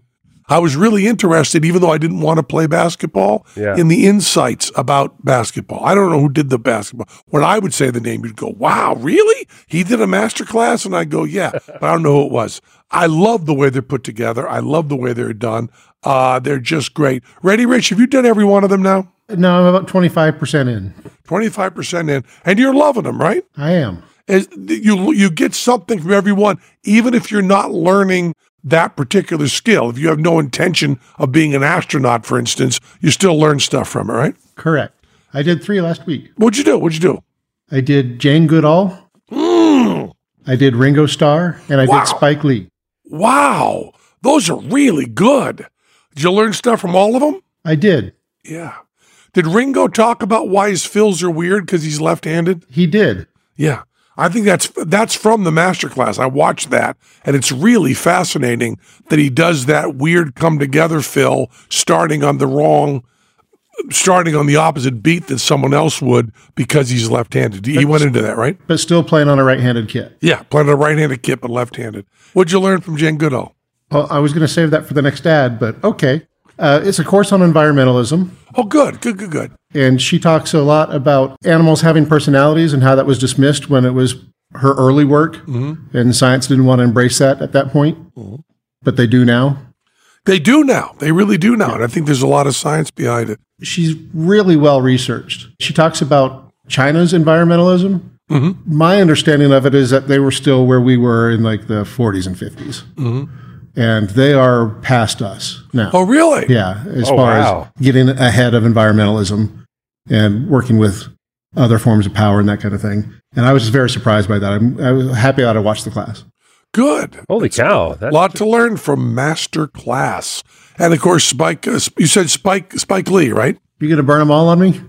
[SPEAKER 4] I was really interested, even though I didn't want to play basketball,
[SPEAKER 3] Yeah.
[SPEAKER 4] in the insights about basketball. I don't know who did the basketball. When I would say the name, you'd go, wow, really? He did a masterclass? And I'd go, yeah, but I don't know who it was. I love the way they're put together. I love the way they're done. Uh, they're just great. Ready, Rich, have you done every one of them now?
[SPEAKER 2] No, I'm about 25% in.
[SPEAKER 4] 25% in, and you're loving them, right?
[SPEAKER 2] I am.
[SPEAKER 4] is you you get something from everyone, even if you're not learning that particular skill. If you have no intention of being an astronaut, for instance, you still learn stuff from it, right?
[SPEAKER 2] Correct. I did three last week.
[SPEAKER 4] What'd you do? What'd you Hmm, do?
[SPEAKER 2] I did Jane Goodall. I did Ringo Starr, and I
[SPEAKER 4] Wow.
[SPEAKER 2] did Spike Lee.
[SPEAKER 4] Wow, those are really good. Did you learn stuff from all of them?
[SPEAKER 2] I did.
[SPEAKER 4] Yeah. Did Ringo talk about why his fills are weird because he's left-handed?
[SPEAKER 2] He did.
[SPEAKER 4] Yeah. I think that's that's from the masterclass. I watched that, and it's really fascinating that he does that weird come together fill, starting on the wrong, starting on the opposite beat that someone else would because he's left-handed. He went into that, right?
[SPEAKER 2] But still playing on a right-handed kit.
[SPEAKER 4] Yeah, playing a right-handed kit but left-handed. What'd you learn from Jane Goodall?
[SPEAKER 2] Well, I was going to save that for the next ad, but okay. Uh, it's a course on environmentalism,
[SPEAKER 4] Oh, good, good, good, good.
[SPEAKER 2] and she talks a lot about animals having personalities and how that was dismissed when it was her early work, and science didn't want to embrace that at that point, but they do now.
[SPEAKER 4] They do now. They really do now, and I think there's a lot of science behind it.
[SPEAKER 2] she's really well researched. She talks about China's environmentalism. My understanding of it is that they were still where we were in like the 40s and 50s, and they are past us now.
[SPEAKER 4] Oh, really?
[SPEAKER 2] Yeah, as
[SPEAKER 3] Oh,
[SPEAKER 2] far
[SPEAKER 3] wow.
[SPEAKER 2] as getting ahead of environmentalism and working with other forms of power and that kind of thing. And I was just very surprised by that. I'm, I was happy that I watched the class.
[SPEAKER 4] Good.
[SPEAKER 3] Holy cow. That,
[SPEAKER 4] lot to learn from master class and of course spike uh, you said spike spike lee right
[SPEAKER 2] You gonna burn them all on me?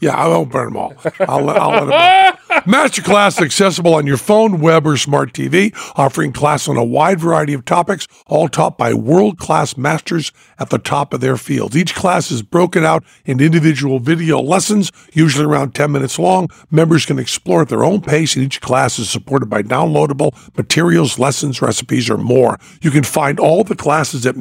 [SPEAKER 4] yeah i won't burn them all i'll, let- I'll let them master class accessible on your phone web or smart tv offering class on a wide variety of topics all taught by world-class masters at the top of their fields each class is broken out into individual video lessons usually around 10 minutes long members can explore at their own pace and each class is supported by downloadable materials lessons recipes or more you can find all the classes at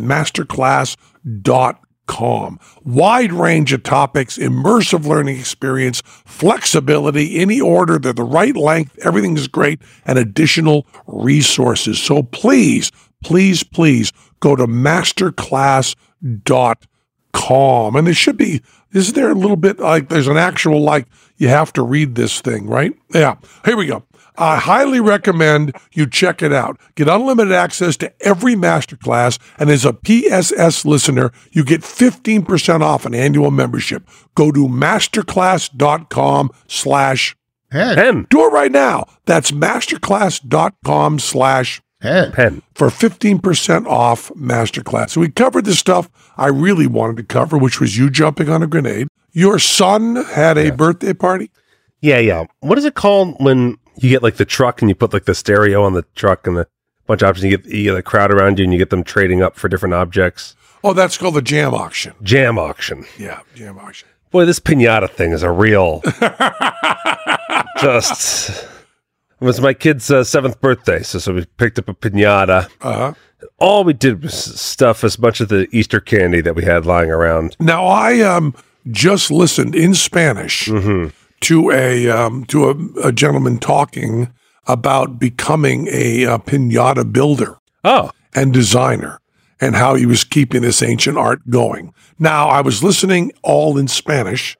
[SPEAKER 4] masterclass.com calm. Wide range of topics, immersive learning experience, flexibility, any order, they're the right length, everything is great, and additional resources. So please, please, please go to masterclass.com. And there should be, isn't there a little bit like there's an actual, like, you have to read this thing, right? Yeah. Here we go. I highly recommend you check it out. Get unlimited access to every masterclass, and as a PSS listener, you get 15% off an annual membership. Go to masterclass.com slash,
[SPEAKER 2] Head,
[SPEAKER 3] pen.
[SPEAKER 4] do it right now. That's masterclass.com slash
[SPEAKER 2] head.
[SPEAKER 3] Pen.
[SPEAKER 4] for 15% off masterclass. So we covered the stuff I really wanted to cover, which was you jumping on a grenade. Your son had a birthday party.
[SPEAKER 3] Yeah, yeah. What is it called when you get like the truck and you put like the stereo on the truck and the bunch of options? You get, you get a crowd around you and you get them trading up for different objects.
[SPEAKER 4] Oh, that's called the jam auction.
[SPEAKER 3] Jam auction.
[SPEAKER 4] Yeah, jam auction.
[SPEAKER 3] [LAUGHS] Boy, this pinata thing is a real. just. It was my kid's uh, seventh birthday, so, so we picked up a pinata.
[SPEAKER 4] Uh-huh.
[SPEAKER 3] All we did was stuff as much of the Easter candy that we had lying around.
[SPEAKER 4] Now I um just listened in Spanish to a um, to a, a gentleman talking about becoming a, uh pinata builder
[SPEAKER 3] Oh,
[SPEAKER 4] and designer and how he was keeping this ancient art going. Now I was listening all in Spanish,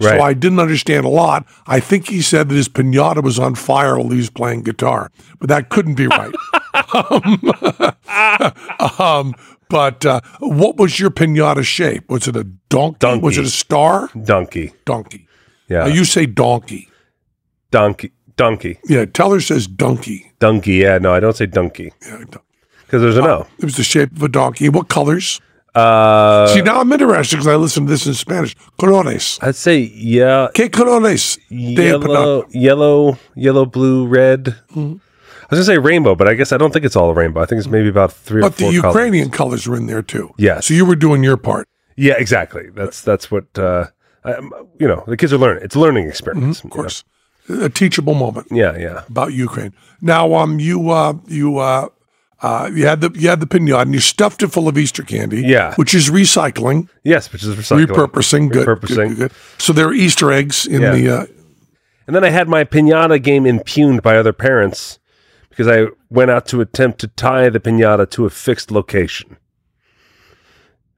[SPEAKER 3] Right.
[SPEAKER 4] so I didn't understand a lot. I think he said that his pinata was on fire while he was playing guitar, but that couldn't be
[SPEAKER 3] [LAUGHS]
[SPEAKER 4] right. um, [LAUGHS] but uh, what was your pinata shape? Was it a donkey?
[SPEAKER 3] Donkey. Uh,
[SPEAKER 4] Was it a star?
[SPEAKER 3] donkey.
[SPEAKER 4] Donkey.
[SPEAKER 3] Yeah.
[SPEAKER 4] Now, you say donkey.
[SPEAKER 3] donkey. Donkey.
[SPEAKER 4] Yeah, Teller says donkey.
[SPEAKER 3] Donkey. Yeah, no, I don't say donkey
[SPEAKER 4] Yeah, donkey.
[SPEAKER 3] because there's an O.
[SPEAKER 4] It was the shape of a donkey. What colors?
[SPEAKER 3] Uh,
[SPEAKER 4] See, now I'm interested because I listened to this in Spanish. Colores.
[SPEAKER 3] I'd say yeah,
[SPEAKER 4] ¿Qué colores? de
[SPEAKER 3] yellow,
[SPEAKER 4] pinata?
[SPEAKER 3] yellow, yellow, blue, red.
[SPEAKER 4] Mm-hmm.
[SPEAKER 3] I was gonna say rainbow, but I guess I don't think it's all rainbow. I think it's maybe about three or
[SPEAKER 4] But
[SPEAKER 3] four.
[SPEAKER 4] the
[SPEAKER 3] colors.
[SPEAKER 4] Ukrainian colors were in there too.
[SPEAKER 3] Yes.
[SPEAKER 4] So you were doing your part.
[SPEAKER 3] Yeah, exactly. That's that's what uh, I, you know. The kids are learning. It's a learning experience.
[SPEAKER 4] Mm-hmm, Of course. A teachable moment
[SPEAKER 3] Yeah, yeah.
[SPEAKER 4] about Ukraine. Now, um, you, uh, you, uh, uh, you had the you had the pinata and you stuffed it full of Easter candy.
[SPEAKER 3] Yeah.
[SPEAKER 4] which is recycling,
[SPEAKER 3] Yes, which is recycling.
[SPEAKER 4] repurposing. Good, good,
[SPEAKER 3] Repurposing.
[SPEAKER 4] good, good. So there are Easter eggs in
[SPEAKER 3] Yeah.
[SPEAKER 4] the. Uh,
[SPEAKER 3] And then I had my pinata game impugned by other parents because I went out to attempt to tie the pinata to a fixed location.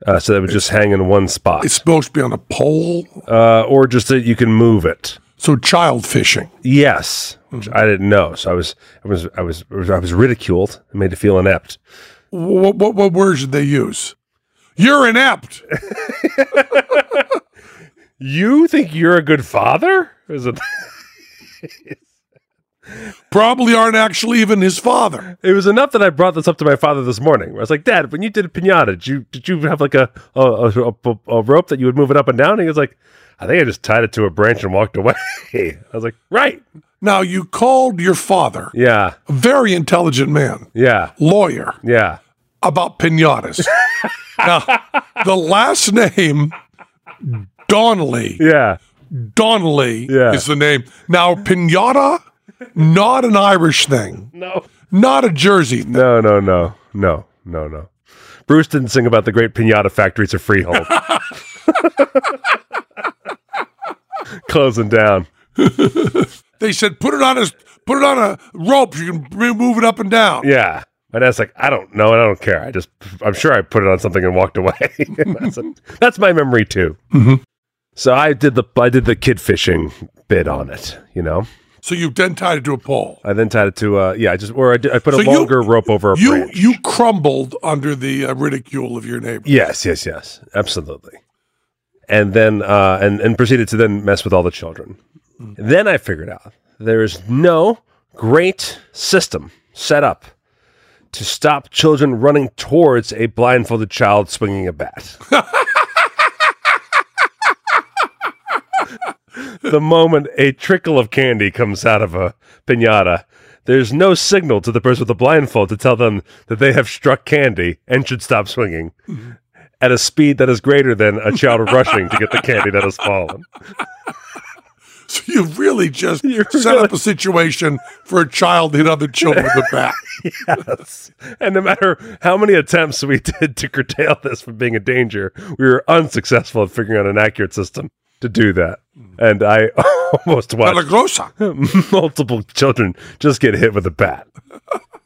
[SPEAKER 3] Uh, so that it would just hang in one spot,
[SPEAKER 4] it's supposed to be on a pole.
[SPEAKER 3] uh, or just that you can move it.
[SPEAKER 4] So child fishing.
[SPEAKER 3] Yes, which I didn't know. So I was, I was, I was, I was ridiculed. I made to feel inept.
[SPEAKER 4] What, what what words did they use? You're inept.
[SPEAKER 3] You think you're a good father? Is it?
[SPEAKER 4] Probably aren't actually even his father.
[SPEAKER 3] It was enough that I brought this up to my father this morning. Where I was like, "Dad, when you did pinata, did you did you have like a a, a, a- a rope that you would move it up and down?" And he was like, "I think I just tied it to a branch and walked away." [LAUGHS] I was like, "Right,
[SPEAKER 4] Now you called your father,
[SPEAKER 3] yeah,
[SPEAKER 4] a very intelligent man,
[SPEAKER 3] yeah,
[SPEAKER 4] lawyer,
[SPEAKER 3] yeah." [LAUGHS]
[SPEAKER 4] about pinatas. now, the last name Donnelly.
[SPEAKER 3] Yeah,
[SPEAKER 4] Donnelly
[SPEAKER 3] Yeah.
[SPEAKER 4] is the name. Now pinata, not an Irish thing,
[SPEAKER 3] no,
[SPEAKER 4] not a Jersey thing.
[SPEAKER 3] no, no, no, no, no, no. Bruce didn't sing about the great pinata factories of Freehold [LAUGHS] closing down.
[SPEAKER 4] They said put it on a put it on a rope. You can re- move it up and down.
[SPEAKER 3] Yeah. My dad's like, I don't know, and I don't care. I just, I'm sure I put it on something and walked away. [LAUGHS] I said, That's my memory too.
[SPEAKER 4] Mm-hmm.
[SPEAKER 3] So I did the, I did the kid fishing bit on it. You know,
[SPEAKER 4] So you then tied it to a pole.
[SPEAKER 3] I then tied it to, uh, yeah, I just, or I, did, I put
[SPEAKER 4] So
[SPEAKER 3] a
[SPEAKER 4] you-
[SPEAKER 3] longer rope over a
[SPEAKER 4] you
[SPEAKER 3] branch.
[SPEAKER 4] you crumbled under the uh, ridicule of your neighbor.
[SPEAKER 3] Yes, yes, yes, absolutely. And then, uh, and and proceeded to then mess with all the children. Then I figured out there is no great system set up to stop children running towards a blindfolded child swinging a bat. the moment a trickle of candy comes out of a pinata, there's no signal to the person with the blindfold to tell them that they have struck candy and should stop swinging at a speed that is greater than a child [LAUGHS] rushing to get the candy that has fallen.
[SPEAKER 4] So you really
[SPEAKER 3] [LAUGHS]
[SPEAKER 4] just
[SPEAKER 3] You're
[SPEAKER 4] set
[SPEAKER 3] really-
[SPEAKER 4] up a situation for a child to hit other children with a
[SPEAKER 3] [LAUGHS]
[SPEAKER 4] bat.
[SPEAKER 3] Yes. And no matter how many attempts we [LAUGHS] did to curtail this from being a danger, we were unsuccessful at figuring out an accurate system to do that. And I [LAUGHS] almost watched
[SPEAKER 4] Malagrosa.
[SPEAKER 3] multiple children just get hit with a bat,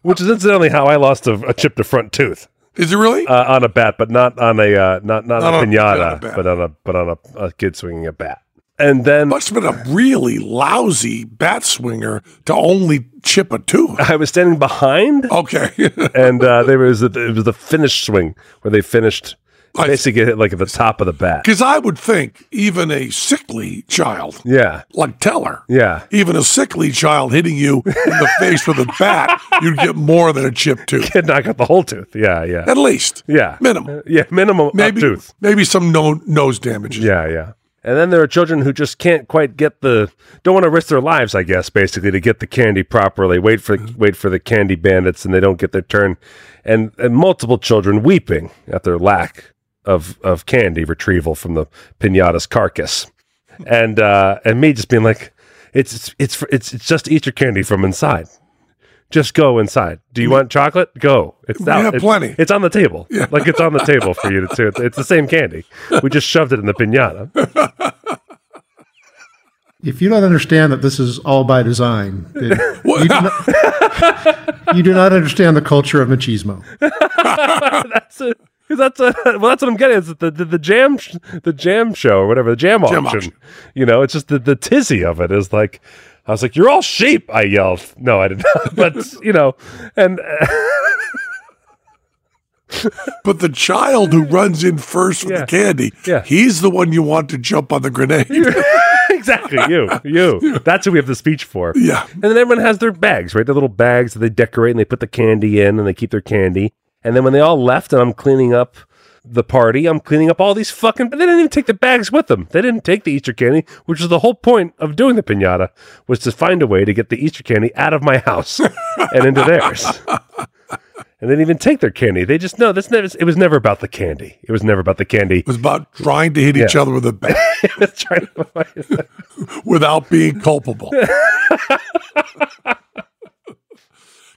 [SPEAKER 3] which is incidentally how I lost a, a chipped a front tooth.
[SPEAKER 4] Is it really?
[SPEAKER 3] uh, on a bat, but not on a uh, not not,
[SPEAKER 4] Not
[SPEAKER 3] a
[SPEAKER 4] on- not on a
[SPEAKER 3] pinata,
[SPEAKER 4] bat.
[SPEAKER 3] but on a but on a, a kid swinging a bat. And then
[SPEAKER 4] Must have been a really lousy bat swinger to only chip
[SPEAKER 3] [LAUGHS]
[SPEAKER 4] a two.
[SPEAKER 3] I was standing behind,
[SPEAKER 4] Okay. [LAUGHS]
[SPEAKER 3] and uh, there was the, it was the finish swing where they finished
[SPEAKER 4] I-
[SPEAKER 3] basically hit like at the top of the bat.
[SPEAKER 4] Because I would think even a sickly child,
[SPEAKER 3] Yeah,
[SPEAKER 4] like Teller,
[SPEAKER 3] yeah.
[SPEAKER 4] even a sickly child hitting you in the face with a
[SPEAKER 3] [LAUGHS]
[SPEAKER 4] bat, you'd get more than a chip tooth.
[SPEAKER 3] Kid knocked out the whole tooth. Yeah, yeah,
[SPEAKER 4] At least.
[SPEAKER 3] yeah. Uh,
[SPEAKER 4] Minimum.
[SPEAKER 3] Yeah, minimum a
[SPEAKER 4] Maybe
[SPEAKER 3] tooth.
[SPEAKER 4] maybe some no, nose damages.
[SPEAKER 3] Yeah, yeah. And then there are children who just can't quite get the don't want to risk their lives, I guess, basically to get the candy properly. Wait for
[SPEAKER 4] Mm.
[SPEAKER 3] wait for the candy bandits, and they don't get their turn. And, and multiple children weeping at their lack of of candy retrieval from the pinata's carcass, and uh, and me just being like, It's it's it's it's just eat your candy from inside. Just go inside. Do you want chocolate? Go. It's out.
[SPEAKER 4] Mm-hmm. have
[SPEAKER 3] It's-
[SPEAKER 4] plenty.
[SPEAKER 3] It's on the table. Like it's on the table for you to too. It's the same candy. We just shoved it in the pinata.
[SPEAKER 2] If you don't understand that this is all by design,
[SPEAKER 3] [LAUGHS]
[SPEAKER 2] then
[SPEAKER 4] Well,
[SPEAKER 2] you do not understand the culture of machismo.
[SPEAKER 3] That's a, that's a, [LAUGHS] well, that's what I'm getting. It's the, the, the jam, sh- the jam show or whatever, the jam auction.
[SPEAKER 4] Jam auction.
[SPEAKER 3] You know, it's just the, the tizzy of it is like, I was like, you're all sheep. I yelled. No, I did not. [LAUGHS] But, you know, and [LAUGHS]
[SPEAKER 4] but the child who runs in first with
[SPEAKER 3] Yeah.
[SPEAKER 4] the candy,
[SPEAKER 3] Yeah.
[SPEAKER 4] he's the one you want to jump on the grenade.
[SPEAKER 3] [LAUGHS] exactly you, you. That's who we have the speech for.
[SPEAKER 4] [LAUGHS] Yeah.
[SPEAKER 3] And then everyone has their bags, right? Their little bags that they decorate and they put the candy in and they keep their candy. And then when they all left and I'm cleaning up the party, I'm cleaning up all these fucking. They didn't even take the bags with them. They didn't take the Easter candy, which is the whole point of doing the pinata, was to find a way to get the Easter candy out of my house [LAUGHS] and into theirs. And they didn't even take their candy. They just no. That's never. It was never about the candy. It was never about the candy. [LAUGHS]
[SPEAKER 4] It was about trying to hit each other with a bat
[SPEAKER 3] It was trying to find-
[SPEAKER 4] without
[SPEAKER 3] [LAUGHS]
[SPEAKER 4] being culpable.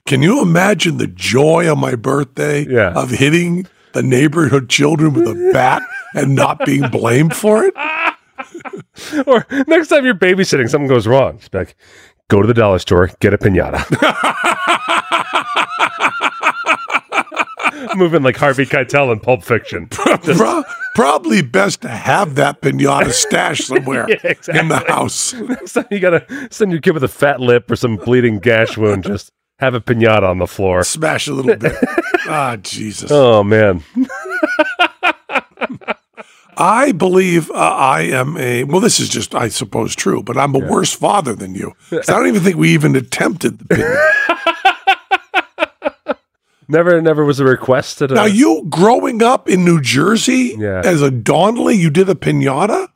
[SPEAKER 4] Can you imagine the joy on my birthday
[SPEAKER 3] Yeah.
[SPEAKER 4] of hitting the neighborhood children with a bat and not being
[SPEAKER 3] [LAUGHS]
[SPEAKER 4] blamed for it?
[SPEAKER 3] Or next time you're babysitting, something goes wrong. It's like, go to the dollar store, get a pinata. [LAUGHS] Moving like Harvey Keitel in Pulp Fiction. [LAUGHS]
[SPEAKER 4] Pro- probably best to have that pinata stashed somewhere
[SPEAKER 3] [LAUGHS] Yeah, exactly.
[SPEAKER 4] in the house.
[SPEAKER 3] Next time you gotta send your kid with a fat lip or some bleeding gash wound, just have a pinata on the floor.
[SPEAKER 4] Smash a little
[SPEAKER 3] [LAUGHS]
[SPEAKER 4] bit. Ah, Jesus.
[SPEAKER 3] Oh man.
[SPEAKER 4] I believe uh, I am a, well, this is just, I suppose, true, but I'm a worse father
[SPEAKER 3] [LAUGHS]
[SPEAKER 4] than you. 'Cause I don't even think we even attempted the pinata.
[SPEAKER 3] Never never was a request at a
[SPEAKER 4] Now, you growing up in New Jersey
[SPEAKER 3] Yeah.
[SPEAKER 4] as a Donnelly, you did a pinata?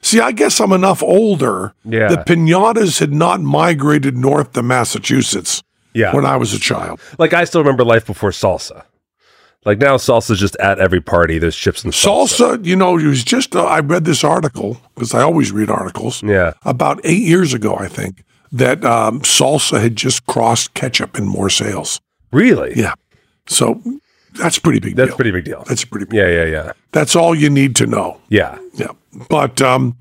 [SPEAKER 4] See, I guess I'm enough older
[SPEAKER 3] Yeah.
[SPEAKER 4] that pinatas had not migrated north to Massachusetts
[SPEAKER 3] Yeah.
[SPEAKER 4] when I was a child.
[SPEAKER 3] like I still remember life before salsa. Like now salsa's just at every party. There's chips and salsa.
[SPEAKER 4] Salsa, you know, it was just, uh, I read this article because I always read articles.
[SPEAKER 3] Yeah.
[SPEAKER 4] About eight years ago, I think, that um, salsa had just crossed ketchup in more sales.
[SPEAKER 3] Really?
[SPEAKER 4] Yeah. So that's a pretty big
[SPEAKER 3] That's
[SPEAKER 4] deal.
[SPEAKER 3] pretty big deal.
[SPEAKER 4] that's a pretty big
[SPEAKER 3] yeah, yeah, yeah.
[SPEAKER 4] That's all you need to know.
[SPEAKER 3] Yeah.
[SPEAKER 4] Yeah. But um,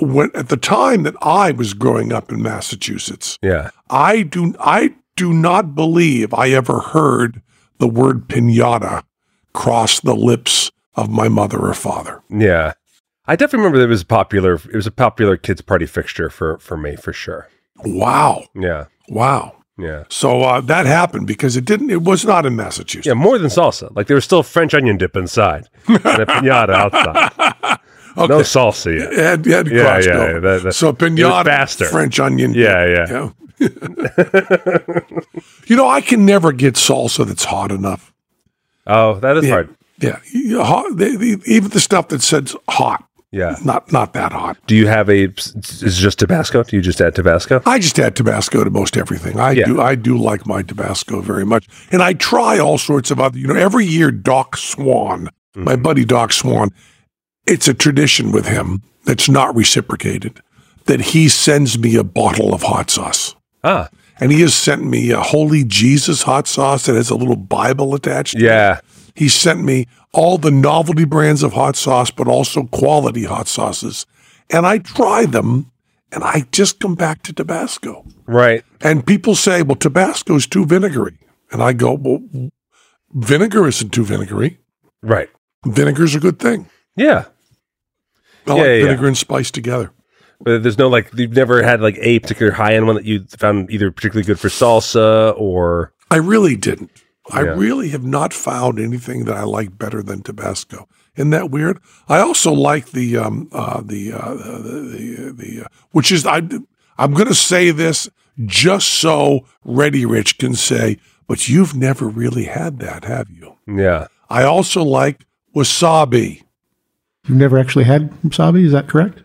[SPEAKER 4] when at the time that I was growing up in Massachusetts,
[SPEAKER 3] Yeah.
[SPEAKER 4] I do I do not believe I ever heard the word pinata cross the lips of my mother or father.
[SPEAKER 3] Yeah. I definitely remember that it was a popular it was a popular kids party fixture for for me for sure.
[SPEAKER 4] Wow.
[SPEAKER 3] Yeah.
[SPEAKER 4] Wow.
[SPEAKER 3] Yeah.
[SPEAKER 4] So uh, that happened because it didn't. It was not in Massachusetts.
[SPEAKER 3] Yeah, more than salsa. Like there was still French onion dip inside and a pinata outside.
[SPEAKER 4] [LAUGHS] Okay.
[SPEAKER 3] No salsa yet.
[SPEAKER 4] It had, it had
[SPEAKER 3] Yeah,
[SPEAKER 4] crossed
[SPEAKER 3] yeah,
[SPEAKER 4] over.
[SPEAKER 3] yeah, that- that-
[SPEAKER 4] so
[SPEAKER 3] it was
[SPEAKER 4] pinata,
[SPEAKER 3] faster.
[SPEAKER 4] French onion.
[SPEAKER 3] Yeah,
[SPEAKER 4] dip,
[SPEAKER 3] yeah.
[SPEAKER 4] yeah. [LAUGHS] you know, I can never get salsa that's hot enough.
[SPEAKER 3] Oh, that is
[SPEAKER 4] Yeah,
[SPEAKER 3] hard.
[SPEAKER 4] yeah. You- Hot, they, they, even the stuff that says hot,
[SPEAKER 3] Yeah.
[SPEAKER 4] not not that hot.
[SPEAKER 3] Do you have a is it just Tabasco? Do you just add Tabasco?
[SPEAKER 4] I just add Tabasco to most everything. I
[SPEAKER 3] Yeah.
[SPEAKER 4] do. I do like my Tabasco very much, and I try all sorts of other. You know, every year Doc Swan, my
[SPEAKER 3] Mm-hmm.
[SPEAKER 4] buddy Doc Swan, it's a tradition with him that's not reciprocated. That he sends me a bottle of hot sauce.
[SPEAKER 3] Ah.
[SPEAKER 4] And he has sent me a Holy Jesus hot sauce that has a little Bible attached. to it.
[SPEAKER 3] Yeah.
[SPEAKER 4] He sent me all the novelty brands of hot sauce, but also quality hot sauces. And I try them and I just come back to Tabasco.
[SPEAKER 3] Right.
[SPEAKER 4] And people say, well, Tabasco is too vinegary. And I go, well, vinegar isn't too vinegary.
[SPEAKER 3] Right.
[SPEAKER 4] Vinegar's a good thing.
[SPEAKER 3] Yeah. Yeah,
[SPEAKER 4] I like
[SPEAKER 3] yeah, yeah.
[SPEAKER 4] vinegar and spice together.
[SPEAKER 3] But there's no like you've never had like a particular high end one that you found either particularly good for salsa or
[SPEAKER 4] I really didn't. I
[SPEAKER 3] Yeah.
[SPEAKER 4] really have not found anything that I like better than Tabasco. Isn't that weird? I also like the um, uh, the, uh, the the the uh, which is I I'm going to say this just so Ready Rich can say, but you've never really had that, have you?
[SPEAKER 3] yeah.
[SPEAKER 4] I also like wasabi.
[SPEAKER 2] You've never actually had wasabi, is that correct?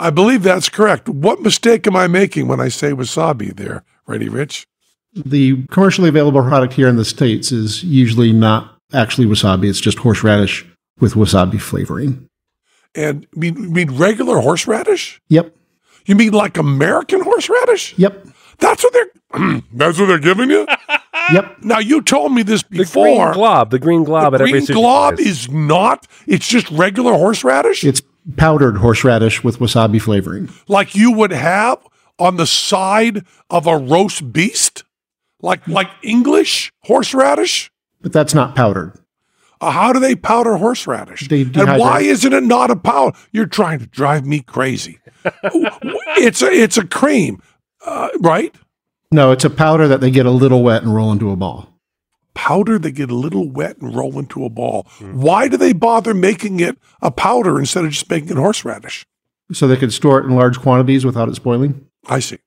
[SPEAKER 4] I believe that's correct. What mistake am I making when I say wasabi there, Ready Rich?
[SPEAKER 2] The commercially available product here in the States is usually not actually wasabi, it's just horseradish with wasabi flavoring.
[SPEAKER 4] And mean, you mean regular horseradish?
[SPEAKER 2] Yep.
[SPEAKER 4] You mean like American horseradish?
[SPEAKER 2] Yep.
[SPEAKER 4] That's what they're. [CLEARS THROAT] that's what they're giving
[SPEAKER 3] [LAUGHS]
[SPEAKER 4] you.
[SPEAKER 2] Yep.
[SPEAKER 4] now you told me this
[SPEAKER 3] The
[SPEAKER 4] before.
[SPEAKER 3] green glob. The green glob at every
[SPEAKER 4] Green
[SPEAKER 3] sushi
[SPEAKER 4] glob
[SPEAKER 3] place.
[SPEAKER 4] is not. It's just regular horseradish,
[SPEAKER 2] It's powdered horseradish with wasabi flavoring.
[SPEAKER 4] like you would have on the side of a roast beast, like like English horseradish.
[SPEAKER 2] But that's not powdered.
[SPEAKER 4] Uh, how do they powder horseradish?
[SPEAKER 2] They
[SPEAKER 4] and why
[SPEAKER 2] dehydrate.
[SPEAKER 4] isn't it not a powder? You're trying to drive me
[SPEAKER 3] [LAUGHS]
[SPEAKER 4] crazy. it's a it's a cream, uh, right?
[SPEAKER 2] No, it's a powder that they get a little wet and roll into a ball.
[SPEAKER 4] Powder they get a little wet and roll into a ball. Why do they bother making it a powder instead of just making it horseradish?
[SPEAKER 2] So they could store it in large quantities without it spoiling.
[SPEAKER 4] I see.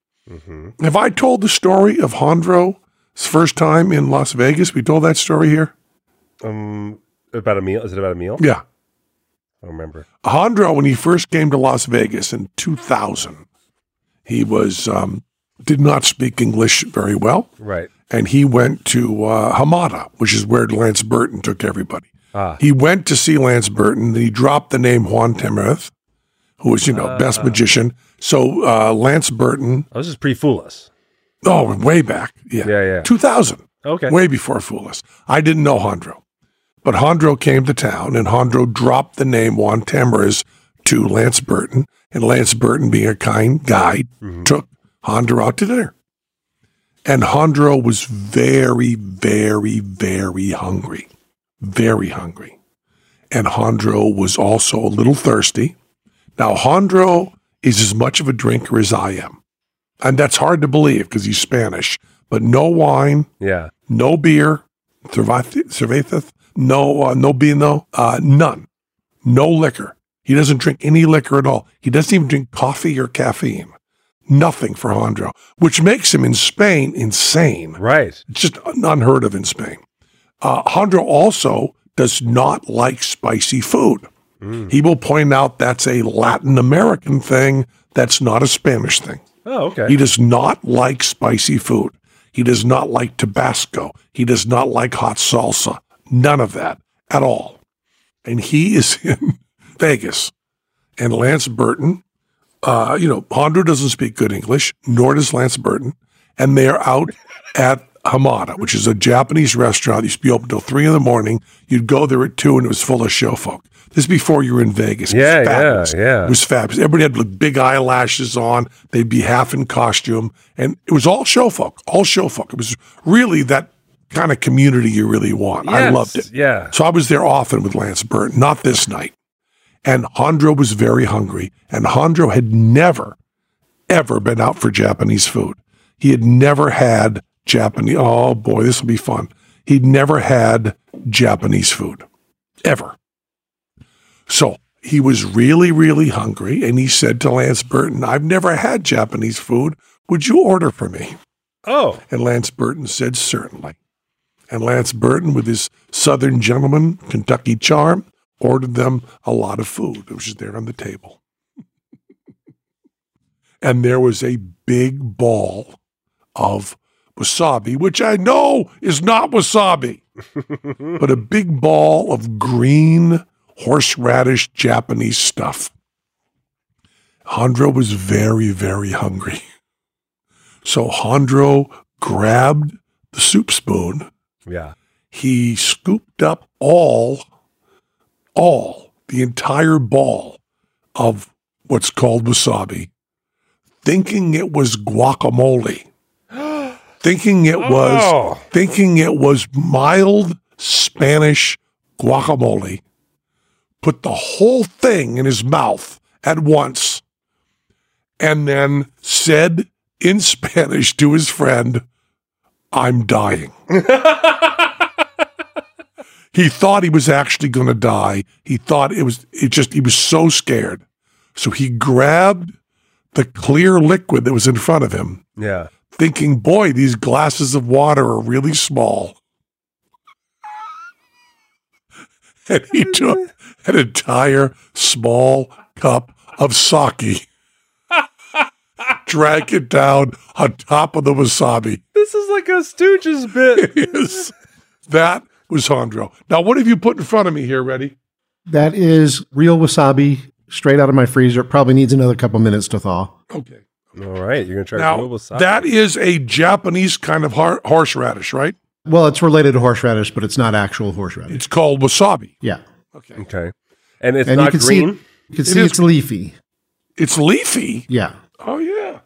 [SPEAKER 4] Have I told the story of Hondro's first time in Las Vegas? We told that story here.
[SPEAKER 3] Um, about a meal? Is it about a meal?
[SPEAKER 4] Yeah,
[SPEAKER 3] I don't remember.
[SPEAKER 4] Hondro when he first came to Las Vegas in 2000, he was um, did not speak English very well.
[SPEAKER 3] Right.
[SPEAKER 4] and he went to uh, Hamada, which is where Lance Burton took everybody.
[SPEAKER 3] Ah.
[SPEAKER 4] He went to see Lance Burton. He dropped the name Juan Temerith, who was, you know,
[SPEAKER 3] Ah.
[SPEAKER 4] best magician. So uh, Lance Burton,
[SPEAKER 3] Oh, this is pre fool us.
[SPEAKER 4] oh, way back. Yeah.
[SPEAKER 3] Yeah, yeah.
[SPEAKER 4] 2000,
[SPEAKER 3] Okay.
[SPEAKER 4] way before Foolis. I didn't know Hondro. But Hondro came to town, and Hondro dropped the name Juan Tamariz to Lance Burton. And Lance Burton, being a kind guy, took Hondro out to dinner. And Hondro was very, very, very hungry. Very hungry. And Hondro was also a little thirsty. Now, Hondro is as much of a drinker as I am. And that's hard to believe because he's Spanish, but no wine,
[SPEAKER 3] Yeah.
[SPEAKER 4] no beer, cervath- cervezas, no uh, no vino, uh, none, no liquor. He doesn't drink any liquor at all. He doesn't even drink coffee or caffeine. Nothing for Andro, which makes him in Spain insane.
[SPEAKER 3] Right.
[SPEAKER 4] It's just un- unheard of in Spain. Uh, Hondro also does not like spicy food. He will point out that's a Latin American thing. That's not a Spanish thing.
[SPEAKER 3] Oh, okay.
[SPEAKER 4] He does not like spicy food. He does not like Tabasco. He does not like hot salsa. None of that at all. And he [LAUGHS] is in Vegas. And Lance Burton, uh, you know, Hondo doesn't speak good English, nor does Lance Burton. And they
[SPEAKER 3] [LAUGHS]
[SPEAKER 4] are out at Hamada, which is a Japanese restaurant. It used to be open till three in the morning. You'd go there at two and it was full of show folk. This is before you were in Vegas. It was
[SPEAKER 3] Yeah, yeah,
[SPEAKER 4] fabulous.
[SPEAKER 3] yeah.
[SPEAKER 4] It was fabulous. Everybody had like, big eyelashes on. They'd be half in costume, and it was all show folk, all show folk. It was really that kind of community you really want. I
[SPEAKER 3] Yes,
[SPEAKER 4] loved it.
[SPEAKER 3] yeah.
[SPEAKER 4] So I was there often with Lance Burton, not this night. And Hondro was very hungry, and Hondro had never, ever been out for Japanese food. He had never had Japanese. Oh boy, this will be fun. He'd never had Japanese food, ever. So he was really, really hungry. And he said to Lance Burton, I've never had Japanese food. Would you order for me?
[SPEAKER 3] oh,
[SPEAKER 4] And Lance Burton said, Certainly. And Lance Burton, with his Southern gentleman, Kentucky charm, ordered them a lot of food, which was there on the table. [LAUGHS] and there was a big ball of wasabi, which I know is not wasabi, but a big ball of green horseradish Japanese stuff. Hondro was very, very hungry. So Hondro grabbed the soup spoon.
[SPEAKER 3] yeah.
[SPEAKER 4] He scooped up all, all, the entire ball of what's called wasabi, thinking it was guacamole, thinking it was,
[SPEAKER 3] Oh.
[SPEAKER 4] thinking it was mild Spanish guacamole, put the whole thing in his mouth at once and then said in Spanish to his friend, I'm dying. he thought he was actually going to die. He thought it was, it just, he was so scared. So he grabbed the clear liquid that was in front of him,
[SPEAKER 3] Yeah.
[SPEAKER 4] thinking, boy, these glasses of water are really small. [LAUGHS] And he took an entire small cup of sake, drank it down on top of the wasabi. [LAUGHS]
[SPEAKER 3] This is like a Stooges bit. [LAUGHS]
[SPEAKER 4] Yes, that was Hondro. Now, what have you put in front of me here, Ready?
[SPEAKER 2] That is real wasabi straight out of my freezer. It probably needs another couple minutes to thaw.
[SPEAKER 4] Okay.
[SPEAKER 3] All right, you're gonna try
[SPEAKER 4] Now,
[SPEAKER 3] renewable sake.
[SPEAKER 4] that is a Japanese kind of har- horseradish, right?
[SPEAKER 2] Well, it's related to horseradish, but it's not actual horseradish.
[SPEAKER 4] It's called wasabi.
[SPEAKER 2] Yeah.
[SPEAKER 4] Okay.
[SPEAKER 3] okay, and it's
[SPEAKER 2] and
[SPEAKER 3] not
[SPEAKER 2] you can
[SPEAKER 3] green.
[SPEAKER 2] see you can
[SPEAKER 4] It
[SPEAKER 2] see
[SPEAKER 4] is
[SPEAKER 2] it's leafy.
[SPEAKER 4] It's leafy.
[SPEAKER 2] Yeah.
[SPEAKER 4] Oh, yeah.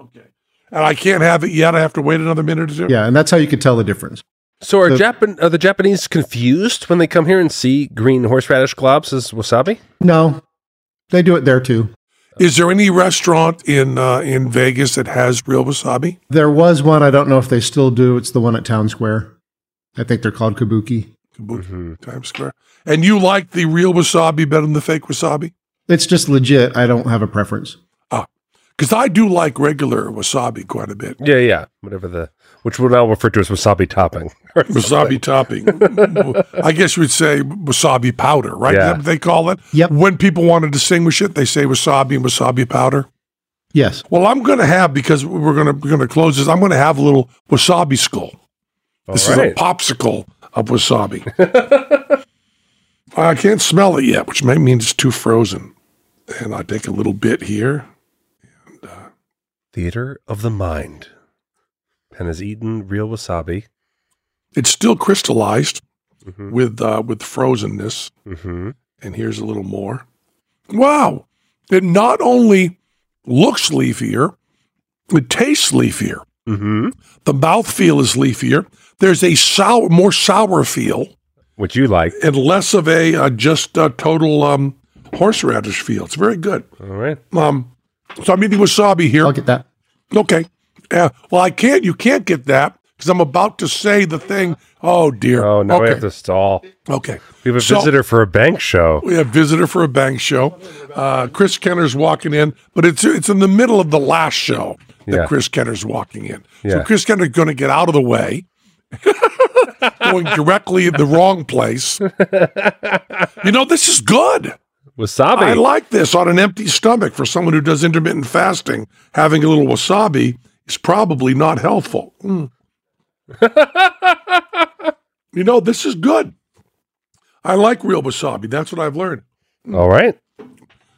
[SPEAKER 4] Okay. And I can't have it yet. I have to wait another minute or two.
[SPEAKER 2] Yeah, and that's how you could tell the difference.
[SPEAKER 3] so are
[SPEAKER 2] the-
[SPEAKER 3] Japan are the Japanese confused when they come here and see green horseradish globs as wasabi?
[SPEAKER 2] No. They do it there too.
[SPEAKER 4] Is there any restaurant in uh, in Vegas that has real wasabi?
[SPEAKER 2] There was one, I don't know if they still do. It's the one at Town Square. I think they're called Kabuki.
[SPEAKER 4] Kabuki, Times Square. And you like the real wasabi better than the fake wasabi?
[SPEAKER 2] It's just legit. I don't have a preference.
[SPEAKER 4] Because I do like regular wasabi quite a bit.
[SPEAKER 3] Yeah, yeah, whatever the which we'll now refer to as wasabi topping. [LAUGHS]
[SPEAKER 4] Wasabi topping. [LAUGHS] I guess you would say wasabi powder, right?
[SPEAKER 3] Yeah.
[SPEAKER 4] Is that what they call it?
[SPEAKER 2] Yep.
[SPEAKER 4] When people want to distinguish it, they say wasabi and wasabi powder.
[SPEAKER 2] Yes.
[SPEAKER 4] Well, I'm going to have because we're going to we're going to close this. I'm going to have a little wasabi skull. This is a
[SPEAKER 3] right.
[SPEAKER 4] popsicle
[SPEAKER 3] [LAUGHS]
[SPEAKER 4] of wasabi. I can't smell it yet, which may mean it's too frozen. And I take a little bit here.
[SPEAKER 3] Theater of the mind. Penn has eaten real wasabi.
[SPEAKER 4] It's still crystallized with uh, with frozenness.
[SPEAKER 3] Mm-hmm.
[SPEAKER 4] And here's a little more. Wow! It not only looks leafier, it tastes leafier.
[SPEAKER 3] Mm-hmm.
[SPEAKER 4] The mouthfeel is leafier. There's a sour, more sour feel.
[SPEAKER 3] Which you [LAUGHS] like.
[SPEAKER 4] and less of a uh, just uh, total um, horseradish feel. It's very good.
[SPEAKER 3] All right.
[SPEAKER 4] Um, so I'm eating wasabi here.
[SPEAKER 2] I'll
[SPEAKER 4] Okay.
[SPEAKER 2] get that.
[SPEAKER 4] Uh, well, I can't. You can't get that because I'm about to say the thing. Oh dear.
[SPEAKER 3] Oh, now
[SPEAKER 4] okay.
[SPEAKER 3] we have to stall.
[SPEAKER 4] Okay.
[SPEAKER 3] We have a
[SPEAKER 4] So-
[SPEAKER 3] visitor for a bank show.
[SPEAKER 4] We have visitor for a bank show. Uh, Chris Kenner's walking in, but it's it's in the middle of the last show that
[SPEAKER 3] Yeah.
[SPEAKER 4] Chris Kenner's walking in. So
[SPEAKER 3] Yeah.
[SPEAKER 4] Chris Kenner's going to get out of the way, [LAUGHS] going directly in the wrong place. you know, this is good. I
[SPEAKER 3] Wasabi.
[SPEAKER 4] like this on an empty stomach for someone who does intermittent fasting. Having a little wasabi is probably not helpful. Mm. [LAUGHS] you know, this is good. I like real wasabi. That's what I've learned.
[SPEAKER 3] All right.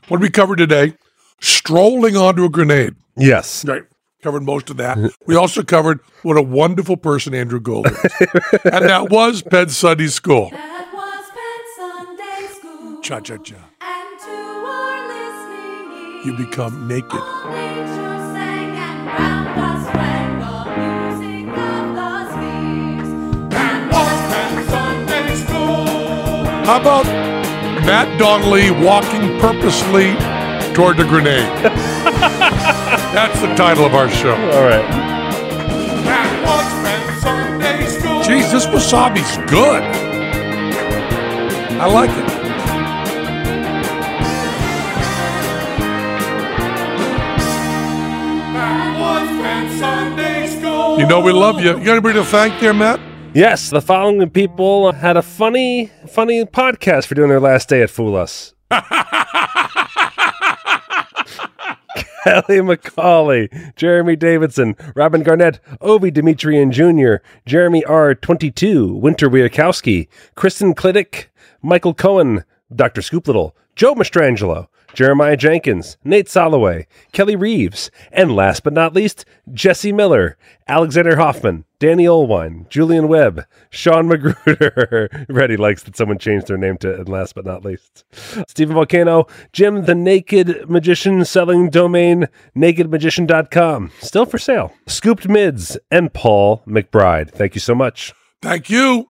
[SPEAKER 4] What did we cover today? Strolling onto a grenade.
[SPEAKER 3] Yes.
[SPEAKER 4] Right. Covered most of that. We also covered what a wonderful person Andrew Gold is. and that was Penn Sunday School.
[SPEAKER 5] That was Penn Sunday School.
[SPEAKER 4] Cha cha cha.
[SPEAKER 5] And to our listening
[SPEAKER 4] You become naked.
[SPEAKER 5] all nature sang and round us rang the music of the spheres. That was Penn Sunday School.
[SPEAKER 4] How about Matt Donnelly walking purposely toward the grenade? That's the title of our show.
[SPEAKER 3] All right.
[SPEAKER 4] Jeez, this wasabi's good. I like it. You know we love you. You got anybody to thank there, Matt?
[SPEAKER 3] Yes, the following people had a funny, funny podcast for doing their last day at Fool Us. Kelly McCauley, Jeremy Davidson, Robin Garnett, Ovi Demetrian Jr., Jeremy R22, Winter Wierkowski, Kristen Klittick, Michael Cohen, Dr. Scoop Little, Joe Mastrangelo, Jeremiah Jenkins, Nate Soloway, Kelly Reeves, and last but not least, Jesse Miller, Alexander Hoffman, Danny Olwine, Julian Webb, Sean Magruder. [LAUGHS] Reddy likes that someone changed their name to, and last but not least, Stephen Volcano, Jim the Naked Magician selling domain, nakedmagician.com, still for sale. Scooped Mids, and Paul McBride. Thank you so much.
[SPEAKER 4] Thank you.